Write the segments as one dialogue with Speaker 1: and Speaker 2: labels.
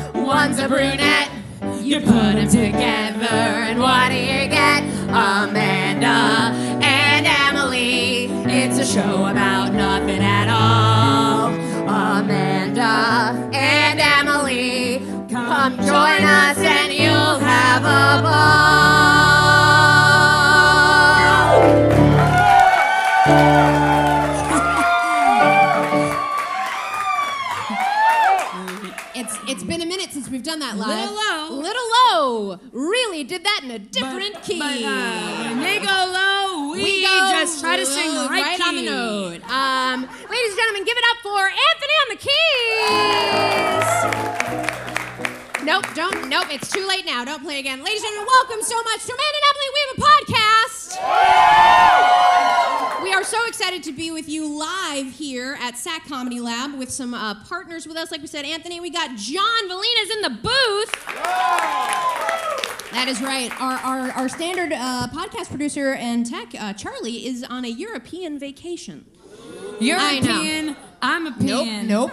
Speaker 1: a brunette. You put them together, and what do you get? Amanda and Emily. It's a show about nothing at all. Amanda and Emily, come join us, and you'll have a ball.
Speaker 2: It's it's been a minute since we've done that live.
Speaker 1: Little low.
Speaker 2: Little low. Really did that in a different key.
Speaker 1: But, uh, when they go low, we,
Speaker 2: we go
Speaker 1: just try to sing the
Speaker 2: right
Speaker 1: right, key.
Speaker 2: on the note. Um, ladies and gentlemen, give it up for Anthony on the keys. Nope, don't. Nope, it's too late now. Don't play again. Ladies and gentlemen, welcome so much to Man and Emily. We have a podcast. We are so excited to be with you live here at SAC Comedy Lab with some uh, partners with us. Like we said, Anthony, we got John Valina's in the booth. That is right. Our, our, our standard uh, podcast producer and tech, uh, Charlie, is on a European vacation.
Speaker 1: You're
Speaker 2: I
Speaker 1: a
Speaker 2: know.
Speaker 1: peon. I'm a peon.
Speaker 2: Don't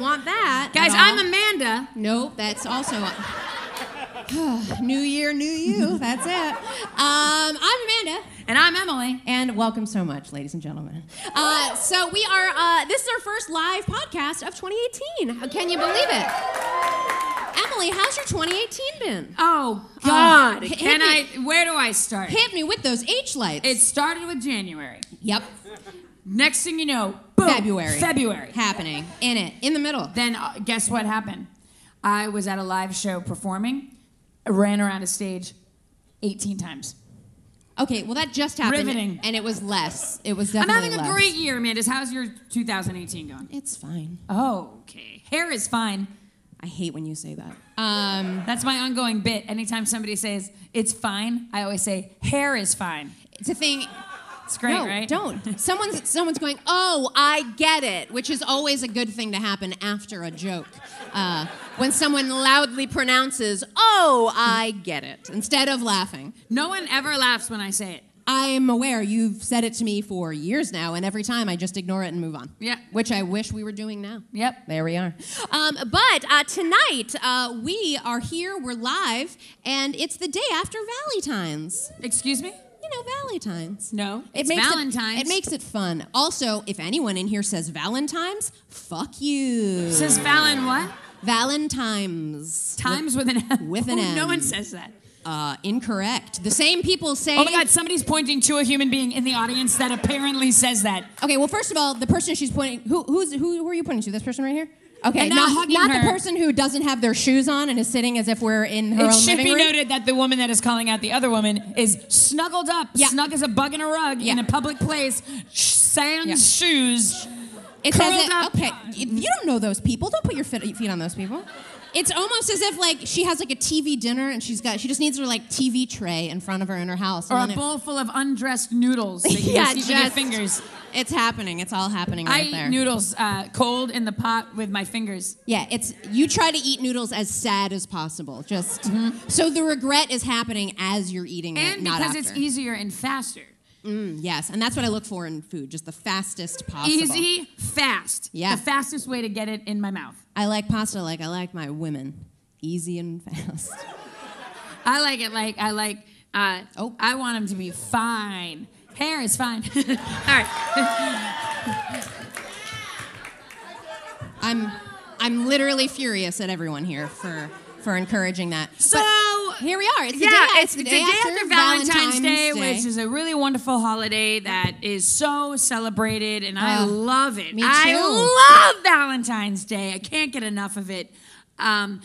Speaker 2: want that.
Speaker 1: Guys,
Speaker 2: at all.
Speaker 1: I'm Amanda.
Speaker 2: Nope, that's also. new year, new you. That's it. Um, I'm Amanda.
Speaker 1: And I'm Emily.
Speaker 2: And welcome so much, ladies and gentlemen. Uh, so we are. Uh, this is our first live podcast of 2018. How can you believe it? Emily, how's your 2018 been?
Speaker 1: Oh, God.
Speaker 2: hit-
Speaker 1: Can I?
Speaker 2: hit
Speaker 1: Where do I start?
Speaker 2: Hit me with those H lights.
Speaker 1: It started with January.
Speaker 2: yep,
Speaker 1: Next thing you know, boom,
Speaker 2: February.
Speaker 1: February.
Speaker 2: happening in it, in the middle.
Speaker 1: Then uh, guess what happened? I was at a live show performing, ran around a stage 18 times.
Speaker 2: Okay, well that just happened,
Speaker 1: Riveting.
Speaker 2: and it was less. It was
Speaker 1: I'm
Speaker 2: definitely
Speaker 1: having
Speaker 2: less.
Speaker 1: a great year, Amanda. How's your 2018 going?
Speaker 2: It's fine.
Speaker 1: Oh, okay. Hair is fine.
Speaker 2: I hate when you say that. Um,
Speaker 1: That's my ongoing bit. Anytime somebody says it's fine, I always say hair is fine.
Speaker 2: it's a thing.
Speaker 1: It's great,
Speaker 2: no,
Speaker 1: right?
Speaker 2: don't. Someone's someone's going. Oh, I get it, which is always a good thing to happen after a joke. Uh, when someone loudly pronounces, "Oh, I get it," instead of laughing.
Speaker 1: No one ever laughs when I say it.
Speaker 2: I'm aware you've said it to me for years now, and every time I just ignore it and move on.
Speaker 1: Yeah.
Speaker 2: Which I wish we were doing now.
Speaker 1: Yep.
Speaker 2: There we are. Um, but uh, tonight, uh, we are here, we're live, and it's the day after Valentine's.
Speaker 1: Excuse me?
Speaker 2: You know, Valentine's.
Speaker 1: No. It's
Speaker 2: makes
Speaker 1: Valentine's.
Speaker 2: It, it makes it fun. Also, if anyone in here says Valentine's, fuck you.
Speaker 1: Says Fallon what?
Speaker 2: Valentine's.
Speaker 1: Times with an M.
Speaker 2: With an
Speaker 1: Ooh, No
Speaker 2: M.
Speaker 1: one says that.
Speaker 2: Uh, incorrect. The same people say.
Speaker 1: Oh my God, somebody's pointing to a human being in the audience that apparently says that.
Speaker 2: Okay, well, first of all, the person she's pointing who who's who, who are you pointing to? This person right here. Okay,
Speaker 1: And now
Speaker 2: not,
Speaker 1: hugging
Speaker 2: not the
Speaker 1: her.
Speaker 2: person who doesn't have their shoes on and is sitting as if we're in her
Speaker 1: It
Speaker 2: own
Speaker 1: should
Speaker 2: living
Speaker 1: be
Speaker 2: room.
Speaker 1: noted that the woman that is calling out the other woman is snuggled up,
Speaker 2: Yeah.
Speaker 1: snug as a bug in a rug, in
Speaker 2: Yeah.
Speaker 1: a public place, sh- sans
Speaker 2: Yeah.
Speaker 1: shoes.
Speaker 2: It says
Speaker 1: curled
Speaker 2: it-
Speaker 1: up.
Speaker 2: Okay, you you don't know those people. Don't put your fit- feet on those people. It's almost as if like she has like a TV dinner and she's got she just needs her like TV tray in front of her in her house. and
Speaker 1: Or a
Speaker 2: then it-
Speaker 1: bowl full of undressed noodles that you
Speaker 2: yeah,
Speaker 1: just eat with your
Speaker 2: just-
Speaker 1: fingers.
Speaker 2: It's happening. It's all happening
Speaker 1: I
Speaker 2: right there.
Speaker 1: eat noodles uh, cold in the pot with my fingers.
Speaker 2: Yeah, it's you try to eat noodles as sad as possible. Just so the regret is happening as you're eating it,
Speaker 1: Mm-hmm. And
Speaker 2: not
Speaker 1: because
Speaker 2: after.
Speaker 1: it's easier and faster.
Speaker 2: Yes, and that's what I look for in food, just the fastest possible.
Speaker 1: Easy, fast.
Speaker 2: Yeah.
Speaker 1: The fastest way to get it in my mouth.
Speaker 2: I like pasta like I like my women. Easy and fast.
Speaker 1: I like it like I like. Uh,
Speaker 2: Oh.
Speaker 1: I want him to be fine. Hair is fine. All right.
Speaker 2: I'm I'm literally furious at everyone here for for encouraging that.
Speaker 1: So
Speaker 2: But here we are. It's the
Speaker 1: yeah,
Speaker 2: day,
Speaker 1: it's the day after, Valentine's, Day, which is a really wonderful holiday that is so celebrated, and I
Speaker 2: Oh,
Speaker 1: love it.
Speaker 2: me too.
Speaker 1: I love Valentine's Day. I can't get enough of it. Um,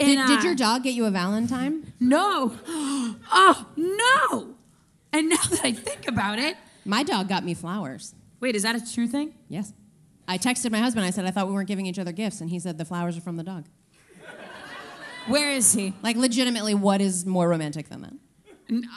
Speaker 1: and,
Speaker 2: did, did
Speaker 1: uh,
Speaker 2: your dog get you a Valentine?
Speaker 1: No. Oh no. And now that I think about it,
Speaker 2: My dog got me flowers.
Speaker 1: wait, is that a true thing?
Speaker 2: Yes. I texted my husband. I said I thought we weren't giving each other gifts, and he said the flowers are from the dog.
Speaker 1: Where is he?
Speaker 2: Like legitimately, what is more romantic than that?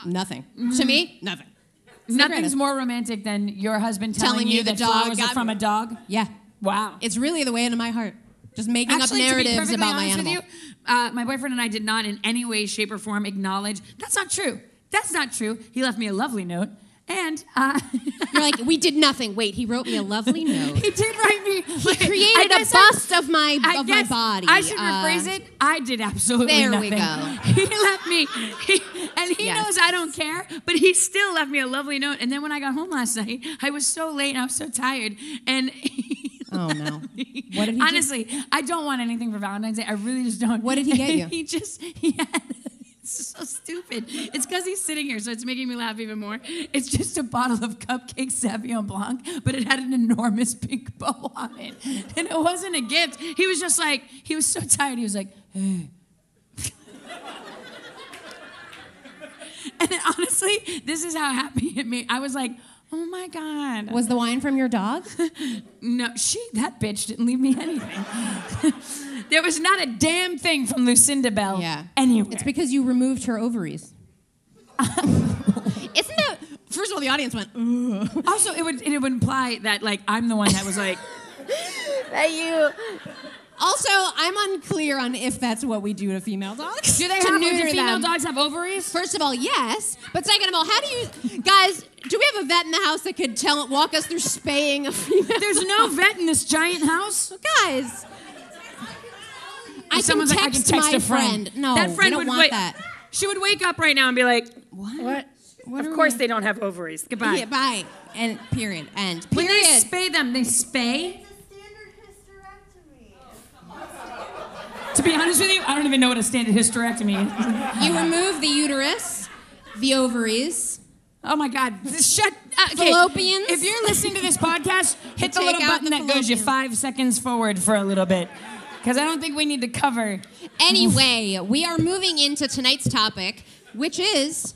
Speaker 2: nothing. To me, nothing.
Speaker 1: mm-hmm. Nothing's
Speaker 2: greatest.
Speaker 1: more romantic than your husband telling,
Speaker 2: Telling
Speaker 1: you,
Speaker 2: you the
Speaker 1: that
Speaker 2: dog
Speaker 1: flowers are
Speaker 2: got
Speaker 1: from
Speaker 2: me.
Speaker 1: a dog.
Speaker 2: Yeah.
Speaker 1: Wow.
Speaker 2: It's really the way into my heart. Just making
Speaker 1: Actually,
Speaker 2: up
Speaker 1: to be
Speaker 2: narratives
Speaker 1: perfectly
Speaker 2: about my
Speaker 1: honest with
Speaker 2: animal.
Speaker 1: you, uh, my boyfriend and I did not in any way, shape, or form acknowledge that's not true. That's not true. He left me a lovely note, And uh,
Speaker 2: You're like, we did nothing. Wait, he wrote me a lovely note.
Speaker 1: he did write me.
Speaker 2: He created a
Speaker 1: guess I-
Speaker 2: bust of my
Speaker 1: I
Speaker 2: of my
Speaker 1: guess
Speaker 2: body.
Speaker 1: I should
Speaker 2: Uh,
Speaker 1: rephrase it. I did absolutely
Speaker 2: there we
Speaker 1: nothing. He left me, he, and he
Speaker 2: Yes.
Speaker 1: knows I don't care, but he still left me a lovely note. And then when I got home last night, I was so late and I was so tired. And he
Speaker 2: Oh no.
Speaker 1: What
Speaker 2: did he do?
Speaker 1: Honestly, I don't want anything for Valentine's Day. I really just don't.
Speaker 2: What did he get you?
Speaker 1: he just he had. It's so stupid. It's because he's sitting here, so it's making me laugh even more. It's just a bottle of cupcake Sauvignon Blanc, but it had an enormous pink bow on it, and it wasn't a gift. He was just like he was so tired. He was like, "Hey." and then, honestly, this is how happy it made. I was like, oh my god.
Speaker 2: Was the wine from your dog?
Speaker 1: No, she that bitch didn't leave me anything. there was not a damn thing from Lucinda Bell
Speaker 2: Yeah.
Speaker 1: anywhere.
Speaker 2: It's because you removed her ovaries. Isn't that first of all the audience went,
Speaker 1: "Mm."
Speaker 2: "Ooh."
Speaker 1: also, it would it would imply that like I'm the one that was like,
Speaker 2: also, I'm unclear on if that's what we do to female dogs.
Speaker 1: do they
Speaker 2: To
Speaker 1: have do
Speaker 2: neuter
Speaker 1: female
Speaker 2: them.
Speaker 1: dogs have ovaries?
Speaker 2: First of all, yes. But second of all, how do you guys do we have a vet in the house that could tell walk us through spaying a female?
Speaker 1: There's no vet in this giant house.
Speaker 2: guys. I can,
Speaker 1: Someone's
Speaker 2: text
Speaker 1: like, I can text
Speaker 2: my
Speaker 1: a friend.
Speaker 2: No,
Speaker 1: that friend
Speaker 2: we don't
Speaker 1: would
Speaker 2: want
Speaker 1: wait.
Speaker 2: that.
Speaker 1: She would wake up right now and be like,
Speaker 2: What?
Speaker 1: "What?
Speaker 2: What
Speaker 1: of
Speaker 2: are
Speaker 1: course
Speaker 2: we-
Speaker 1: they don't have ovaries. Goodbye."
Speaker 2: Yeah, bye. And period. And
Speaker 1: when
Speaker 2: period.
Speaker 1: they spay them, they spay.
Speaker 3: standard hysterectomy.
Speaker 1: To be honest with you, I don't even know what a standard hysterectomy is.
Speaker 2: you remove the uterus, the ovaries.
Speaker 1: Oh my God! Shut. Uh, okay.
Speaker 2: Fallopians?
Speaker 1: If you're listening to this podcast, hit the
Speaker 2: Take
Speaker 1: little
Speaker 2: out
Speaker 1: button
Speaker 2: the
Speaker 1: that goes you
Speaker 2: fallopian.
Speaker 1: five seconds forward for a little bit, because I don't think we need to cover
Speaker 2: Anyway, we are moving into tonight's topic, which is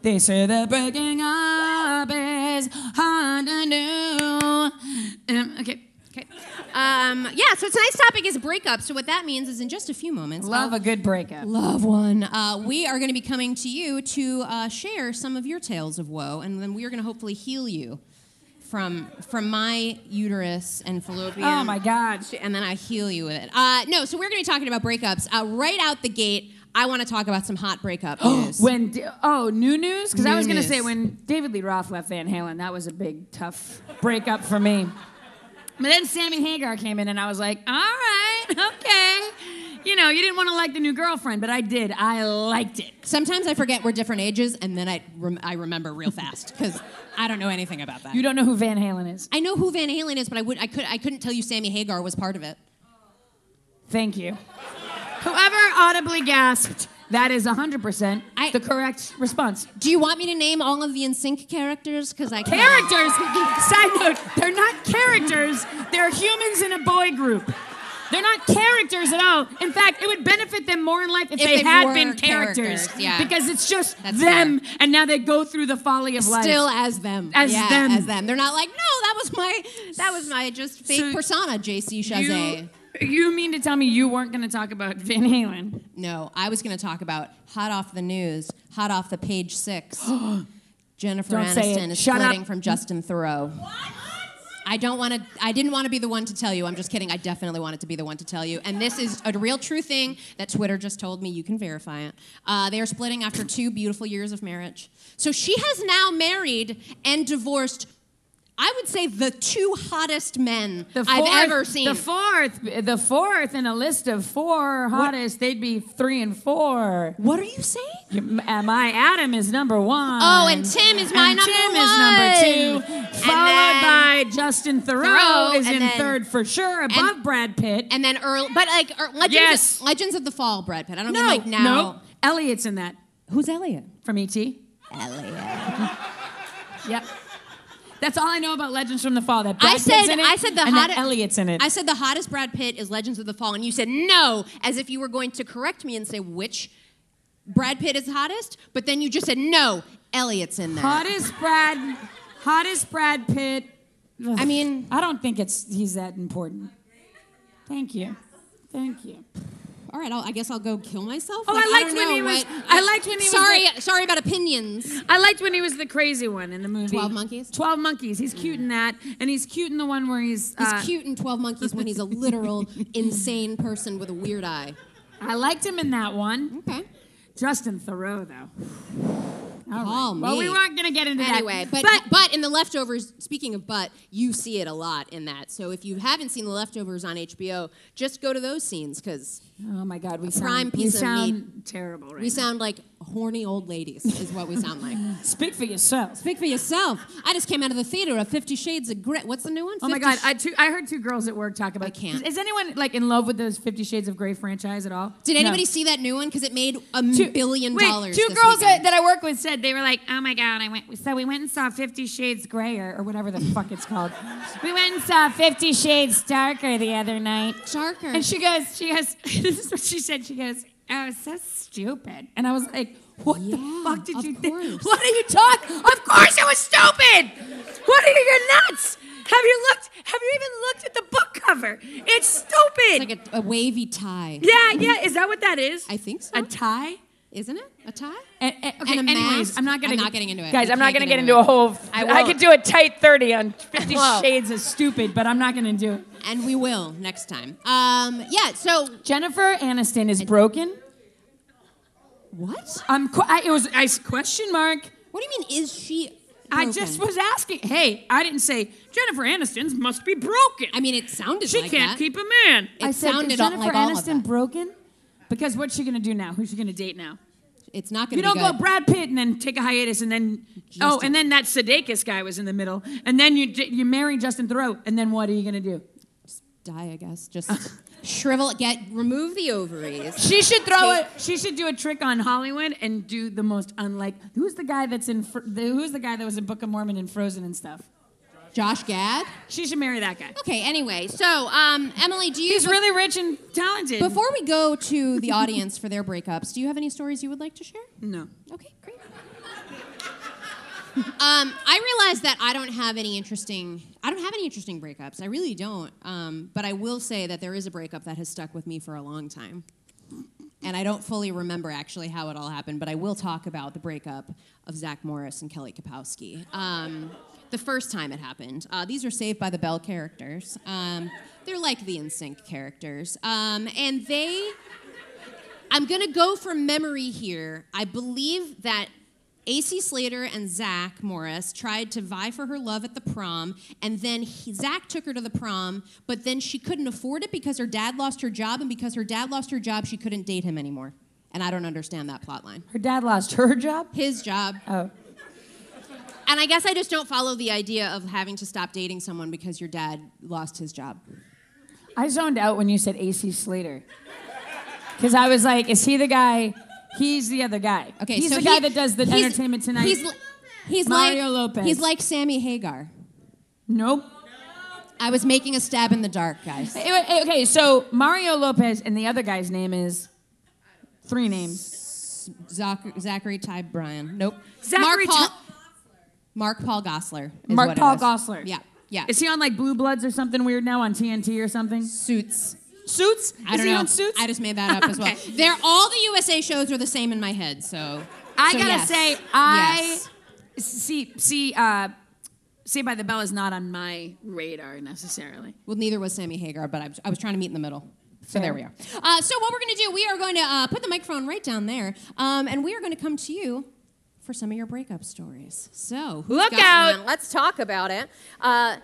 Speaker 1: They say that breaking up is hard to do. Um, okay.
Speaker 2: Okay. Um, yeah, so tonight's topic is breakups. So what that means is in just a few moments.
Speaker 1: Love
Speaker 2: I'll-
Speaker 1: a good breakup.
Speaker 2: Love one. Uh, we are going to be coming to you to uh, share some of your tales of woe, and then we are going to hopefully heal you from from my uterus and fallopian.
Speaker 1: Oh my God!
Speaker 2: And then I heal you with it. Uh, no, so we're going to be talking about breakups uh, right out the gate. I want to talk about some hot breakup news.
Speaker 1: When d- oh new news because I
Speaker 2: New
Speaker 1: was gonna
Speaker 2: news.
Speaker 1: say when David Lee Roth left Van Halen that was a big tough breakup for me. But then Sammy Hagar came in and I was like, all right, okay. You know, you didn't want to like the new girlfriend, but I did. I liked it.
Speaker 2: Sometimes I forget we're different ages, and then I rem- I remember real fast because I don't know anything about that.
Speaker 1: You don't know who Van Halen is.
Speaker 2: I know who Van Halen is, but I would I could I couldn't tell you Sammy Hagar was part of it.
Speaker 1: Thank you. Whoever audibly gasped, that is 100%
Speaker 2: I-
Speaker 1: the correct response.
Speaker 2: Do you want me to name all of the NSYNC characters? Because I can't.
Speaker 1: Characters, side note, they're not characters, they're humans in a boy group. They're not characters at all. In fact, it would benefit them more in life if,
Speaker 2: If
Speaker 1: they
Speaker 2: they
Speaker 1: had
Speaker 2: were
Speaker 1: been characters.
Speaker 2: characters, yeah.
Speaker 1: Because it's just
Speaker 2: That's
Speaker 1: them, and now they go through the folly of life.
Speaker 2: Still as them.
Speaker 1: As
Speaker 2: yeah,
Speaker 1: them.
Speaker 2: As them. They're not like, no, that was my that was my just fake
Speaker 1: So
Speaker 2: persona, JC Chazet.
Speaker 1: you, you mean to tell me you weren't going to talk about Van Halen?
Speaker 2: No, I was gonna talk about hot off the news, hot off the page six. Jennifer
Speaker 1: Don't say
Speaker 2: Aniston
Speaker 1: it.
Speaker 2: is
Speaker 1: Shut
Speaker 2: splitting
Speaker 1: up.
Speaker 2: from Justin Thoreau. I don't want to. I didn't want to be the one to tell you. I'm just kidding. I definitely wanted to be the one to tell you. And this is a real true thing that Twitter just told me. You can verify it. Uh, they are splitting after two beautiful years of marriage. So she has now married and divorced. I would say the two hottest men
Speaker 1: The
Speaker 2: I've
Speaker 1: fourth-
Speaker 2: ever seen.
Speaker 1: The fourth, the fourth in a list of four hottest, they'd be three and four.
Speaker 2: what are you saying?
Speaker 1: You- uh, My Adam is number one.
Speaker 2: Oh, and Tim is my
Speaker 1: And
Speaker 2: number
Speaker 1: Tim
Speaker 2: one.
Speaker 1: is number
Speaker 2: And
Speaker 1: two, followed by Justin Thoreau,
Speaker 2: Thoreau,
Speaker 1: is
Speaker 2: and
Speaker 1: in
Speaker 2: then-
Speaker 1: third for sure, above Brad Pitt.
Speaker 2: And then Earl, but like er, Legends,
Speaker 1: Yes.
Speaker 2: of, Legends of the Fall, Brad Pitt. I don't
Speaker 1: no,
Speaker 2: mean like now.
Speaker 1: no, Elliot's in that
Speaker 2: Who's Elliot?
Speaker 1: from ET.
Speaker 2: Elliot.
Speaker 1: Yep. That's all I know about Legends from the Fall. That Brad
Speaker 2: I said,
Speaker 1: Pitt's in it,
Speaker 2: I said the
Speaker 1: and that
Speaker 2: hottest.
Speaker 1: Elliot's in it.
Speaker 2: I said the hottest Brad Pitt is Legends of the Fall, and you said no, as if you were going to correct me and say which Brad Pitt is hottest. But then you just said no, Elliot's in there.
Speaker 1: Hottest Brad, hottest Brad Pitt.
Speaker 2: I mean-
Speaker 1: I don't think it's he's that important. Thank you, thank you.
Speaker 2: All right, I'll, I guess I'll go kill myself.
Speaker 1: Oh, I liked
Speaker 2: don't
Speaker 1: when
Speaker 2: know
Speaker 1: he was-
Speaker 2: what-
Speaker 1: I liked when he was
Speaker 2: Sorry, sorry about opinions.
Speaker 1: I liked when he was the crazy one in the movie.
Speaker 2: 12 Monkeys?
Speaker 1: Twelve Monkeys. He's cute in that, and he's cute in the one where he's.
Speaker 2: He's
Speaker 1: uh,
Speaker 2: cute in Twelve Monkeys when he's a literal insane person with a weird eye.
Speaker 1: I liked him in that one.
Speaker 2: Okay.
Speaker 1: Justin Thoreau, though.
Speaker 2: Call
Speaker 1: Well, we
Speaker 2: Oh, me.
Speaker 1: weren't going to get into
Speaker 2: Anyway,
Speaker 1: that.
Speaker 2: but, but in the leftovers, speaking of but, you see it a lot in that. So if you haven't seen the leftovers on HBO, just go to those scenes because
Speaker 1: oh my God, we
Speaker 2: prime
Speaker 1: sound, we
Speaker 2: piece of
Speaker 1: sound terrible right
Speaker 2: we sound like horny old ladies is what we sound like.
Speaker 1: Speak for yourself.
Speaker 2: Speak for yourself. I just came out of the theater of Fifty Shades of Grey. What's the new one?
Speaker 1: Oh my
Speaker 2: 50
Speaker 1: God, I, two, I heard two girls at work talk about.
Speaker 2: I can't.
Speaker 1: Is anyone like in love with those Fifty Shades of Grey franchise at all?
Speaker 2: Did
Speaker 1: No.
Speaker 2: anybody see that new one? Because it made a m-
Speaker 1: Two-
Speaker 2: billion
Speaker 1: wait,
Speaker 2: dollars.
Speaker 1: Two
Speaker 2: this
Speaker 1: girls that,
Speaker 2: weekend.
Speaker 1: that I work with said they were like, "Oh my god, I went." So we went and saw Fifty Shades Grayer or whatever the fuck it's called. We went and saw Fifty Shades Darker the other night.
Speaker 2: darker.
Speaker 1: And she goes, she goes, this is what she said. She goes, oh, it's so stupid. And I was like, what the
Speaker 2: Yeah,
Speaker 1: fuck did
Speaker 2: of
Speaker 1: you think?
Speaker 2: course.
Speaker 1: What are you talking? Of course it was stupid. What are you, you're nuts. Have you looked, have you even looked at the book cover? It's stupid.
Speaker 2: it's like a, a wavy tie.
Speaker 1: yeah, yeah. Is that what that is?
Speaker 2: I think so.
Speaker 1: A tie?
Speaker 2: Isn't it a tie?
Speaker 1: And, and- okay,
Speaker 2: And a
Speaker 1: anyways,
Speaker 2: mask?
Speaker 1: I'm not gonna
Speaker 2: I'm
Speaker 1: get-
Speaker 2: not getting into it.
Speaker 1: Guys,
Speaker 2: I
Speaker 1: I'm not
Speaker 2: can't
Speaker 1: gonna
Speaker 2: get
Speaker 1: get
Speaker 2: into
Speaker 1: into a
Speaker 2: it.
Speaker 1: whole
Speaker 2: I
Speaker 1: I,
Speaker 2: won't.
Speaker 1: could do a tight 30 on 50
Speaker 2: won't.
Speaker 1: shades of stupid, but I'm not gonna do it.
Speaker 2: And we will next time. Um, yeah. So
Speaker 1: Jennifer Aniston is broken.
Speaker 2: what?
Speaker 1: I'm qu- I, it was I s- question mark.
Speaker 2: What do you mean? Is she?
Speaker 1: I
Speaker 2: broken?
Speaker 1: just was asking. Hey, I didn't say Jennifer Aniston's must be broken.
Speaker 2: I mean, it sounded
Speaker 1: she
Speaker 2: like
Speaker 1: can't
Speaker 2: that.
Speaker 1: keep a man.
Speaker 2: It sounded all- like all of that.
Speaker 1: broken? Because what's she gonna do now? Who's she gonna date now?
Speaker 2: It's not
Speaker 1: You
Speaker 2: going to
Speaker 1: don't
Speaker 2: be
Speaker 1: go
Speaker 2: good.
Speaker 1: Brad Pitt and then take a hiatus and then oh, and then that Sudeikis guy was in the middle, and then you d- you marry Justin Thoreau, and then what are you gonna do?
Speaker 2: Die, I guess. Just shrivel. Get remove the ovaries.
Speaker 1: She should throw it. She should do a trick on Hollywood and do the most unlike. Who's the guy that's in? Fr- the, who's the guy that was in Book of Mormon and Frozen and stuff?
Speaker 2: Josh Gad.
Speaker 1: She should marry that guy.
Speaker 2: Okay. Anyway, so um, Emily, do you?
Speaker 1: He's really rich and talented.
Speaker 2: Before we go to the audience for their breakups, do you have any stories you would like to share?
Speaker 1: no.
Speaker 2: Okay, great. um, I realize that I don't have any interesting. I don't have any interesting breakups. I really don't. Um, but I will say that there is a breakup that has stuck with me for a long time, and I don't fully remember actually how it all happened. But I will talk about the breakup of Zach Morris and Kelly Kapowski. Um, the first time it happened. Uh, these are Saved by the Bell characters. Um, they're like the NSYNC characters, um, and they. I'm gonna go from memory here. I believe that AC Slater and Zach Morris tried to vie for her love at the prom, and then he, Zach took her to the prom, but then she couldn't afford it because her dad lost her job, and because her dad lost her job, she couldn't date him anymore. And I don't understand that plot line.
Speaker 1: Her dad lost her job.
Speaker 2: His job.
Speaker 1: Oh.
Speaker 2: And I guess I just don't follow the idea of having to stop dating someone because your dad lost his job.
Speaker 1: I zoned out when you said AC Slater. Because I was like, is he the guy? He's the other guy.
Speaker 2: Okay,
Speaker 1: He's
Speaker 2: so
Speaker 1: the guy
Speaker 2: he-
Speaker 1: that does the
Speaker 2: he's-
Speaker 1: Entertainment Tonight.
Speaker 2: He's, li- he's
Speaker 1: Mario
Speaker 2: like
Speaker 1: Lopez.
Speaker 2: He's like Sammy Hagar.
Speaker 1: nope.
Speaker 2: I was making a stab in the dark, guys.
Speaker 1: Eh, eh, Okay, so Mario Lopez and the other guy's name is three names.
Speaker 2: Zach- Zachary Ty Bryan. Nope.
Speaker 1: Zachary
Speaker 2: Mark Paul,
Speaker 1: Ty-
Speaker 2: Mark Paul Gossler. is
Speaker 1: Mark
Speaker 2: what it
Speaker 1: Paul
Speaker 2: is.
Speaker 1: Gosselaar.
Speaker 2: Yeah. Yeah.
Speaker 1: Is he on like Blue Bloods or something weird now on TNT or something?
Speaker 2: suits.
Speaker 1: Suits?
Speaker 2: I
Speaker 1: is
Speaker 2: don't
Speaker 1: he
Speaker 2: know.
Speaker 1: on Suits?
Speaker 2: I just made that up as well.
Speaker 1: Okay.
Speaker 2: They're all the USA shows are the same in my head, so
Speaker 1: I
Speaker 2: so
Speaker 1: gotta
Speaker 2: yes.
Speaker 1: say, I
Speaker 2: Yes.
Speaker 1: see see uh Saved by the Bell is not on my radar necessarily.
Speaker 2: Well, neither was Sammy Hagar, but I was, I was trying to meet in the middle. So there we are. Uh, so what we're going to do, we are going to uh, put the microphone right down there, um, and we are going to come to you for some of your breakup stories. So who's
Speaker 1: Look
Speaker 2: got
Speaker 1: out.
Speaker 2: one? Let's talk about it. Uh,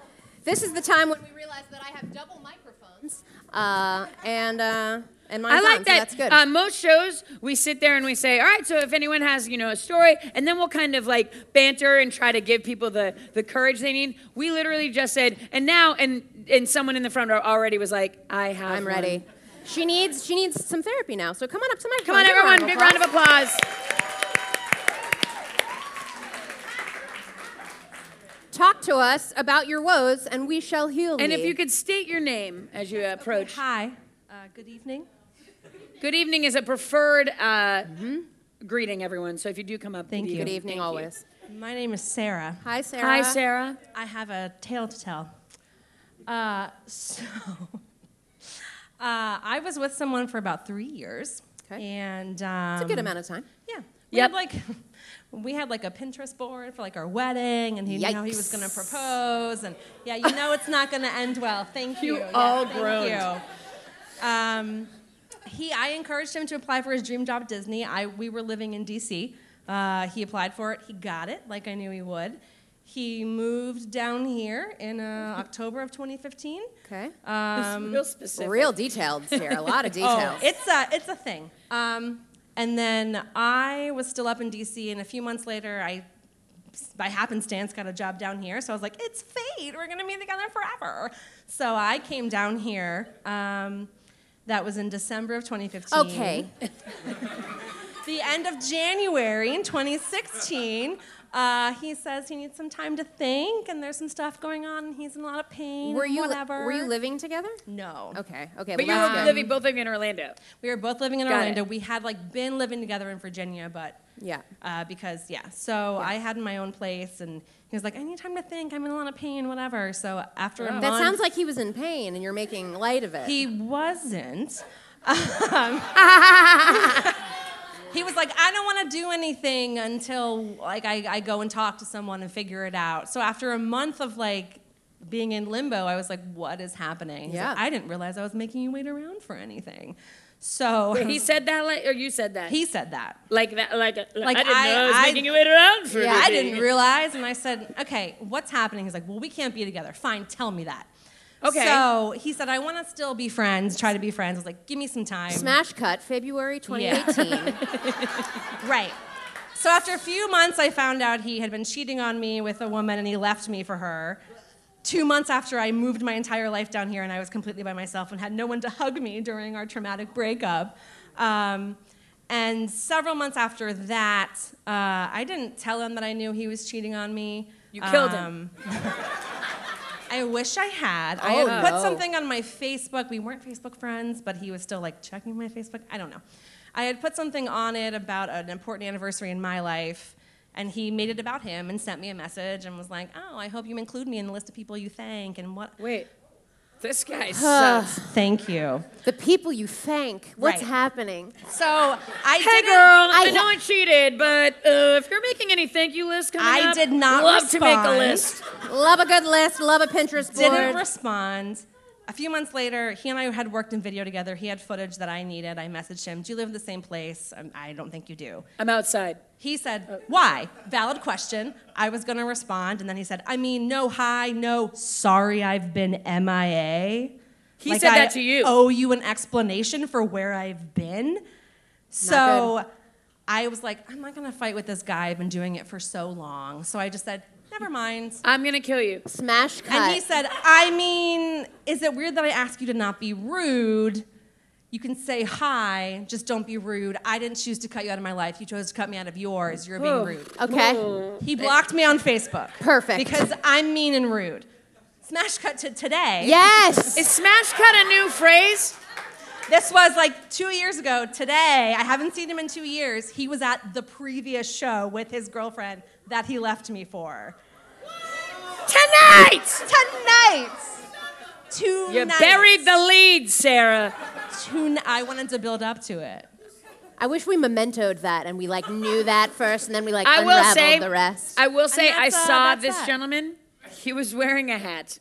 Speaker 2: this is the time when we realize that I have double microphones, uh, and uh, and mine's on,
Speaker 1: I like
Speaker 2: so
Speaker 1: that.
Speaker 2: that's good.
Speaker 1: Uh, most shows, we sit there and we say, "All right, so if anyone has, you know, a story," and then we'll kind of like banter and try to give people the the courage they need. We literally just said, "And now," and and someone in the front row already was like, "I have."
Speaker 2: I'm
Speaker 1: one."
Speaker 2: ready. She needs she needs some therapy now. So come on up to my
Speaker 1: Come on, everyone! Big round of applause.
Speaker 2: Talk to us about your woes, and we shall heal
Speaker 1: And if
Speaker 2: thee.
Speaker 1: you could state your name as you approach.
Speaker 4: Hi. Uh, good evening.
Speaker 1: Good evening is a preferred uh, greeting, everyone. So if you do come up,
Speaker 4: Thank you.
Speaker 2: Good evening,
Speaker 1: Thank you.
Speaker 2: always.
Speaker 4: My name is Sarah.
Speaker 2: Hi, Sarah.
Speaker 1: Hi, Sarah.
Speaker 4: I have a tale to tell. Uh, so, uh, I was with someone for about three years.
Speaker 2: Okay.
Speaker 4: And um,
Speaker 2: It's a good amount of time.
Speaker 4: Yeah. We
Speaker 1: Yep.
Speaker 4: had like we had like a Pinterest board for like our wedding and he you know he was gonna propose and yeah, you know it's not gonna end well. Thank you.
Speaker 1: You
Speaker 4: Yeah,
Speaker 1: all
Speaker 4: thank
Speaker 1: groaned.
Speaker 4: you. Um he I encouraged him to apply for his dream job at Disney. I we were living in DC Uh, he applied for it. He got it, like I knew he would. He moved down here in uh, October of 2015.
Speaker 5: Okay.
Speaker 4: Um,
Speaker 1: Real specific.
Speaker 5: Real detailed here. A lot of
Speaker 4: oh,
Speaker 5: details.
Speaker 4: it's a it's a thing. Um, and then I was still up in D.C. and a few months later, I by happenstance got a job down here. So I was like, it's fate. We're gonna be together forever. So I came down here. Um, that was in December of 2015.
Speaker 5: okay.
Speaker 4: the end of January in 2016. Uh, he says he needs some time to think, and there's some stuff going on, and he's in a lot of pain.
Speaker 5: Were
Speaker 4: and
Speaker 5: you
Speaker 4: whatever?
Speaker 5: were you living together?
Speaker 4: No.
Speaker 5: Okay. Okay.
Speaker 1: But you
Speaker 5: well,
Speaker 1: were
Speaker 5: that's good.
Speaker 1: living, both living in Orlando.
Speaker 4: We were both living in
Speaker 1: Got it.
Speaker 4: Orlando. We had like been living together in Virginia, but
Speaker 5: Yeah.
Speaker 4: uh, because yeah. So I had my own place, and he was like, "I need time to think. I'm in a lot of pain, whatever." So after a month,
Speaker 5: That sounds like he was in pain, and you're making light of it.
Speaker 4: he wasn't. Um, he was like, I don't want to do anything until like I, I go and talk to someone and figure it out. So after a month of like being in limbo, I was like, what is happening? He's
Speaker 5: Yeah.
Speaker 4: like, I didn't realize I was making you wait around for anything. So
Speaker 1: Wait, he said that, like, or you said that?
Speaker 4: he said that.
Speaker 1: like that, like, like I
Speaker 4: Like,
Speaker 1: didn't know I was
Speaker 4: I- I-
Speaker 1: making you wait around for.
Speaker 5: Yeah,
Speaker 4: I
Speaker 1: everything.
Speaker 4: didn't realize, and I said, "Okay, what's happening?" He's like, "Well, we can't be together." Fine, tell me that.
Speaker 1: Okay.
Speaker 4: So he said, "I want to still be friends, try to be friends." I was like, "Give me some time."
Speaker 5: Smash cut, February 2018.
Speaker 4: Right. So after a few months, I found out he had been cheating on me with a woman, and he left me for her. Two months after I moved my entire life down here, and I was completely by myself and had no one to hug me during our traumatic breakup. Um, and several months after that, uh, I didn't tell him that I knew he was cheating on me. Um,
Speaker 1: You killed him.
Speaker 4: I wish I had. I
Speaker 5: Oh,
Speaker 4: had put
Speaker 5: no.
Speaker 4: something on my Facebook. We weren't Facebook friends, but he was still like checking my Facebook. I don't know. I had put something on it about an important anniversary in my life, and he made it about him and sent me a message and was like, "Oh, I hope you include me in the list of people you thank and what."
Speaker 1: Wait, this guy sucks.
Speaker 4: Thank you.
Speaker 5: the people you thank. What's
Speaker 4: Right.
Speaker 5: happening?
Speaker 4: So I
Speaker 1: Hey,
Speaker 4: didn't-
Speaker 1: girl, I,
Speaker 5: I-
Speaker 1: know I cheated, but uh, if you're making any thank you list coming
Speaker 4: I
Speaker 1: up,
Speaker 4: did not
Speaker 1: love to make
Speaker 4: respond.
Speaker 1: a list.
Speaker 5: Love a good list. Love a Pinterest
Speaker 4: didn't
Speaker 5: board.
Speaker 4: respond. A few months later, he and I had worked in video together. He had footage that I needed. I messaged him, "Do you live in the same place?" Um, I don't think you do.
Speaker 1: I'm outside.
Speaker 4: He said, Why? Valid question. I was going to respond. And then he said, I mean, no, hi, no, sorry, I've been MIA.
Speaker 1: He said that
Speaker 4: I
Speaker 1: to you.
Speaker 4: owe you an explanation for where I've been. So I was like, I'm not going to fight with this guy. I've been doing it for so long. So I just said, Never mind.
Speaker 1: I'm gonna kill you.
Speaker 5: Smash cut.
Speaker 4: And he said, I mean, is it weird that I ask you to not be rude? You can say hi, just don't be rude. I didn't choose to cut you out of my life. You chose to cut me out of yours. You're being
Speaker 1: Whoa.
Speaker 4: rude.
Speaker 5: okay.
Speaker 4: He blocked me on Facebook.
Speaker 5: Perfect.
Speaker 4: Because I'm mean and rude. Smash cut to today.
Speaker 5: Yes.
Speaker 1: Is smash cut a new phrase?
Speaker 4: This was like two years ago. Today, I haven't seen him in two years. He was at the previous show with his girlfriend that he left me for.
Speaker 1: Tonight!
Speaker 4: Tonight! Tonight.
Speaker 1: You buried the lead, Sarah.
Speaker 4: Tonight. I wanted to build up to it.
Speaker 5: I wish we mementoed that and we like knew that first and then we like
Speaker 1: I will
Speaker 5: unraveled
Speaker 1: say
Speaker 5: the rest.
Speaker 1: I will say I
Speaker 4: that's,
Speaker 1: saw
Speaker 4: uh, that's
Speaker 1: this
Speaker 4: that.
Speaker 1: gentleman. He was wearing a hat.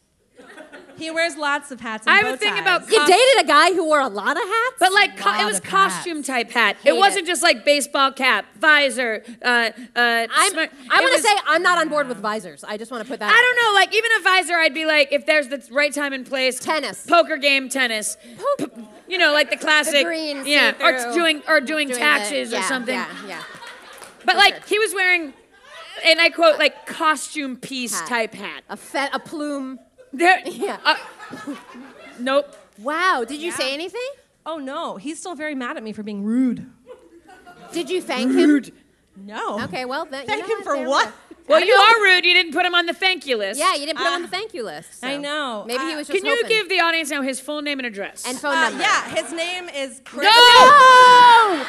Speaker 4: He wears lots of hats. And
Speaker 1: I have
Speaker 4: bow
Speaker 1: a thing
Speaker 4: ties.
Speaker 1: about
Speaker 5: you
Speaker 1: cos-
Speaker 5: dated a guy who wore a lot of hats?
Speaker 1: but like co- it
Speaker 4: lot
Speaker 1: was
Speaker 4: of hats.
Speaker 1: costume type hat.
Speaker 5: Hate
Speaker 1: it wasn't
Speaker 5: it.
Speaker 1: just like baseball cap, visor. Uh, uh,
Speaker 5: I'm,
Speaker 1: smart-
Speaker 5: I
Speaker 1: it
Speaker 5: want to
Speaker 1: was-
Speaker 5: say I'm not on board with visors. I just want to put that.
Speaker 1: I don't know. Like even a visor, I'd be like, if there's the right time and place,
Speaker 5: Tennis.
Speaker 1: poker game, tennis.
Speaker 5: Poke-
Speaker 1: P- you know, like the classic,
Speaker 5: green
Speaker 1: yeah, or
Speaker 5: see-through.
Speaker 1: doing or
Speaker 5: Doing
Speaker 1: doing,
Speaker 5: the-
Speaker 1: taxes or
Speaker 5: yeah,
Speaker 1: something.
Speaker 5: Yeah, yeah.
Speaker 1: But
Speaker 5: Okay.
Speaker 1: like he was wearing, and I quote like costume piece
Speaker 5: Hat.
Speaker 1: type hat.
Speaker 5: A fe- a plume.
Speaker 1: There,
Speaker 5: Yeah.
Speaker 1: uh, nope.
Speaker 5: Wow. Did you say anything?
Speaker 4: Oh no, he's still very mad at me for being rude.
Speaker 5: Did you thank him?
Speaker 4: No.
Speaker 5: Okay. Well, then, you
Speaker 4: Thank
Speaker 5: know
Speaker 4: him for
Speaker 5: There we
Speaker 4: what?
Speaker 5: go.
Speaker 1: Well, you are rude. You didn't put him on the thank you list.
Speaker 5: Yeah, you didn't put him on
Speaker 4: Uh,
Speaker 5: the thank you list.
Speaker 4: I
Speaker 5: so
Speaker 4: know.
Speaker 5: Maybe he
Speaker 4: Uh,
Speaker 5: was just
Speaker 1: Can you
Speaker 5: hoping.
Speaker 1: give the audience now his full name and address?
Speaker 5: and phone
Speaker 4: Uh,
Speaker 5: number?
Speaker 4: yeah, his name is Chris.
Speaker 1: no!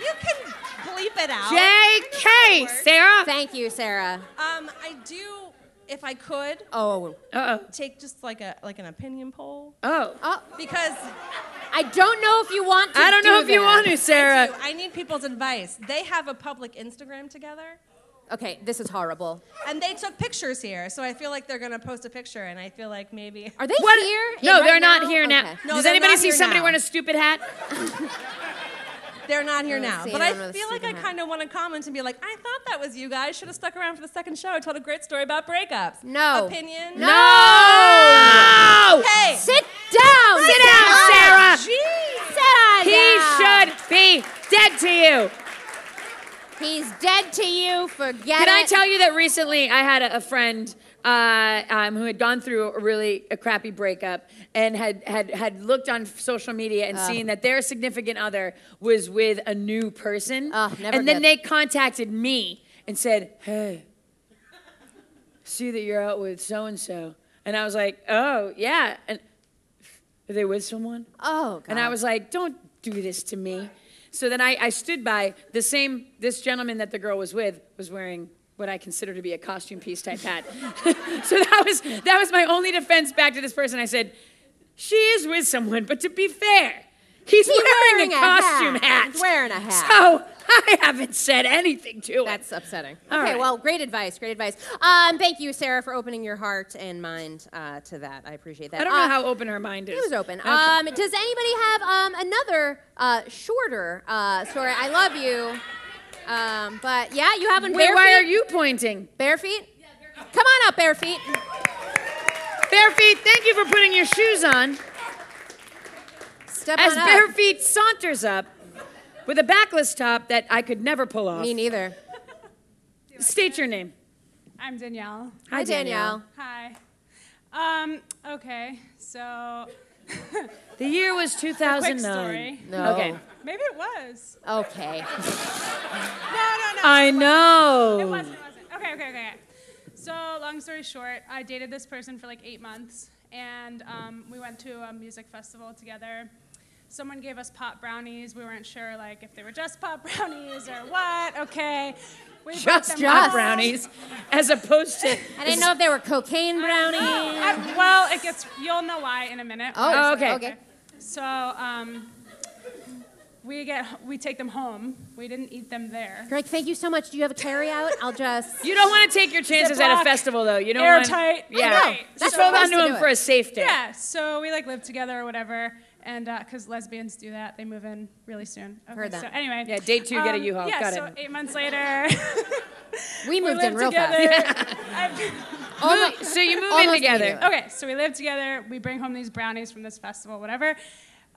Speaker 4: You can bleep it out.
Speaker 5: Oh,
Speaker 1: J.K. Sarah.
Speaker 5: Thank you, Sarah.
Speaker 4: Um, I do, if I could,
Speaker 5: Oh,
Speaker 1: Uh
Speaker 4: take just like a like an opinion poll
Speaker 1: oh. Oh.
Speaker 5: oh,
Speaker 4: because
Speaker 5: I don't know if you want. to
Speaker 1: I don't know
Speaker 5: do
Speaker 1: if you
Speaker 5: that.
Speaker 1: want to, Sarah.
Speaker 4: I need people's advice. They have a public Instagram together.
Speaker 5: Okay, this is horrible.
Speaker 4: And they took pictures here, so I feel like they're gonna post a picture, and I feel like maybe.
Speaker 5: Are they
Speaker 1: What-
Speaker 5: here?
Speaker 1: No,
Speaker 5: Right
Speaker 1: they're not
Speaker 5: now?
Speaker 1: here now.
Speaker 5: Okay.
Speaker 4: No,
Speaker 1: Does
Speaker 4: they're
Speaker 1: anybody
Speaker 4: not
Speaker 1: see
Speaker 4: here
Speaker 1: somebody
Speaker 4: now.
Speaker 1: wearing a stupid hat?
Speaker 4: They're not here now.
Speaker 2: see
Speaker 4: But
Speaker 2: it
Speaker 4: I
Speaker 2: on with
Speaker 4: feel like I
Speaker 2: Stephen Hart.
Speaker 4: kind of want to comment and be like, I thought that was you guys. Should have stuck around for the second show. I told a great story about breakups.
Speaker 2: No.
Speaker 4: Opinion?
Speaker 2: No. no!
Speaker 4: Hey.
Speaker 2: Sit down.
Speaker 1: Sit down, Sarah.
Speaker 2: Jeez. Sit on
Speaker 1: He
Speaker 2: down.
Speaker 1: should be dead to you.
Speaker 2: He's dead to you. Forget it.
Speaker 1: Did I tell you that recently I had a, a friend uh, um, who had gone through a really a crappy breakup and had had had looked on social media and seen that their significant other was with a new person,
Speaker 2: Ugh, never
Speaker 1: and then
Speaker 2: good.
Speaker 1: they contacted me and said, "Hey, see that you're out with so and so," and I was like, "Oh yeah," and are they with someone?
Speaker 2: Oh, God.
Speaker 1: And I was like, don't do this to me. So then I, I stood by the same, this gentleman that the girl was with was wearing what I consider to be a costume piece type hat. so that was, that was my only defense back to this person. I said, she is with someone, but to be fair, he's, wearing,
Speaker 2: wearing
Speaker 1: a
Speaker 2: a
Speaker 1: costume
Speaker 2: hat.
Speaker 1: hat.
Speaker 2: He's wearing a hat.
Speaker 1: So I haven't said anything to him.
Speaker 2: That's upsetting.
Speaker 1: All
Speaker 2: okay,
Speaker 1: right.
Speaker 2: well, great advice. Great advice. Um, thank you, Sarah, for opening your heart and mind uh, to that. I appreciate that.
Speaker 1: I don't
Speaker 2: Uh,
Speaker 1: know how open her mind is.
Speaker 2: It was open.
Speaker 1: Okay.
Speaker 2: Um, does anybody have um, another uh, shorter uh, story? I love you. Um, but yeah, you have one
Speaker 1: Wait,
Speaker 2: bare
Speaker 1: why are
Speaker 2: feet.
Speaker 1: you pointing?
Speaker 2: Bare feet? Come on up, bare feet.
Speaker 1: Bare feet, thank you for putting your shoes on.
Speaker 2: Step
Speaker 1: As
Speaker 2: on up.
Speaker 1: bare feet saunters up with a backless top that I could never pull off.
Speaker 2: Me neither.
Speaker 1: State your name.
Speaker 6: I'm Danielle.
Speaker 2: Hi, Danielle.
Speaker 6: Hi. Um, okay, so
Speaker 1: The year was 2009.
Speaker 6: story.
Speaker 2: No.
Speaker 1: Okay.
Speaker 6: maybe it was.
Speaker 2: Okay.
Speaker 6: No, no, no.
Speaker 1: I
Speaker 6: It
Speaker 1: know.
Speaker 6: wasn't, it wasn't. Okay, okay, okay. So, long story short, I dated this person for like eight months, and um, we went to a music festival together. Someone gave us pop brownies. We weren't sure, like, if they were just pop brownies or what. Okay, we broke
Speaker 1: Just
Speaker 6: them
Speaker 1: job
Speaker 6: up.
Speaker 1: brownies, as opposed to.
Speaker 2: I didn't know if there were cocaine brownies.
Speaker 6: Oh, I- well, it gets. You'll know why in a minute.
Speaker 2: Oh,
Speaker 1: okay.
Speaker 2: okay.
Speaker 6: So um, we get we take them home. We didn't eat them there.
Speaker 2: Greg, thank you so much. Do you have a carry out? I'll just.
Speaker 1: You don't want to take your chances at a
Speaker 6: Ziploc,
Speaker 1: festival, though. You don't
Speaker 6: airtight.
Speaker 1: Want, yeah.
Speaker 6: Right.
Speaker 1: Just
Speaker 6: So-
Speaker 1: hold
Speaker 2: Supposed
Speaker 1: on to
Speaker 2: to
Speaker 1: him
Speaker 2: do
Speaker 1: for
Speaker 2: it.
Speaker 1: a safe day.
Speaker 6: Yeah. So we like live together or whatever, and because lesbians do that, they move in really soon. Okay,
Speaker 2: Heard that.
Speaker 6: So anyway. um,
Speaker 1: Yeah, date two, get a U-Haul.
Speaker 6: Yeah.
Speaker 1: Got
Speaker 6: so
Speaker 1: it.
Speaker 6: eight months later,
Speaker 2: We
Speaker 6: we
Speaker 2: moved in
Speaker 6: live
Speaker 2: real
Speaker 6: together.
Speaker 2: fast. Oh,
Speaker 6: I've-
Speaker 2: Almo-
Speaker 1: Move- so you move in
Speaker 2: Almost
Speaker 1: together.
Speaker 2: immediately.
Speaker 6: Okay, so we live together. We bring home these brownies from this festival, whatever.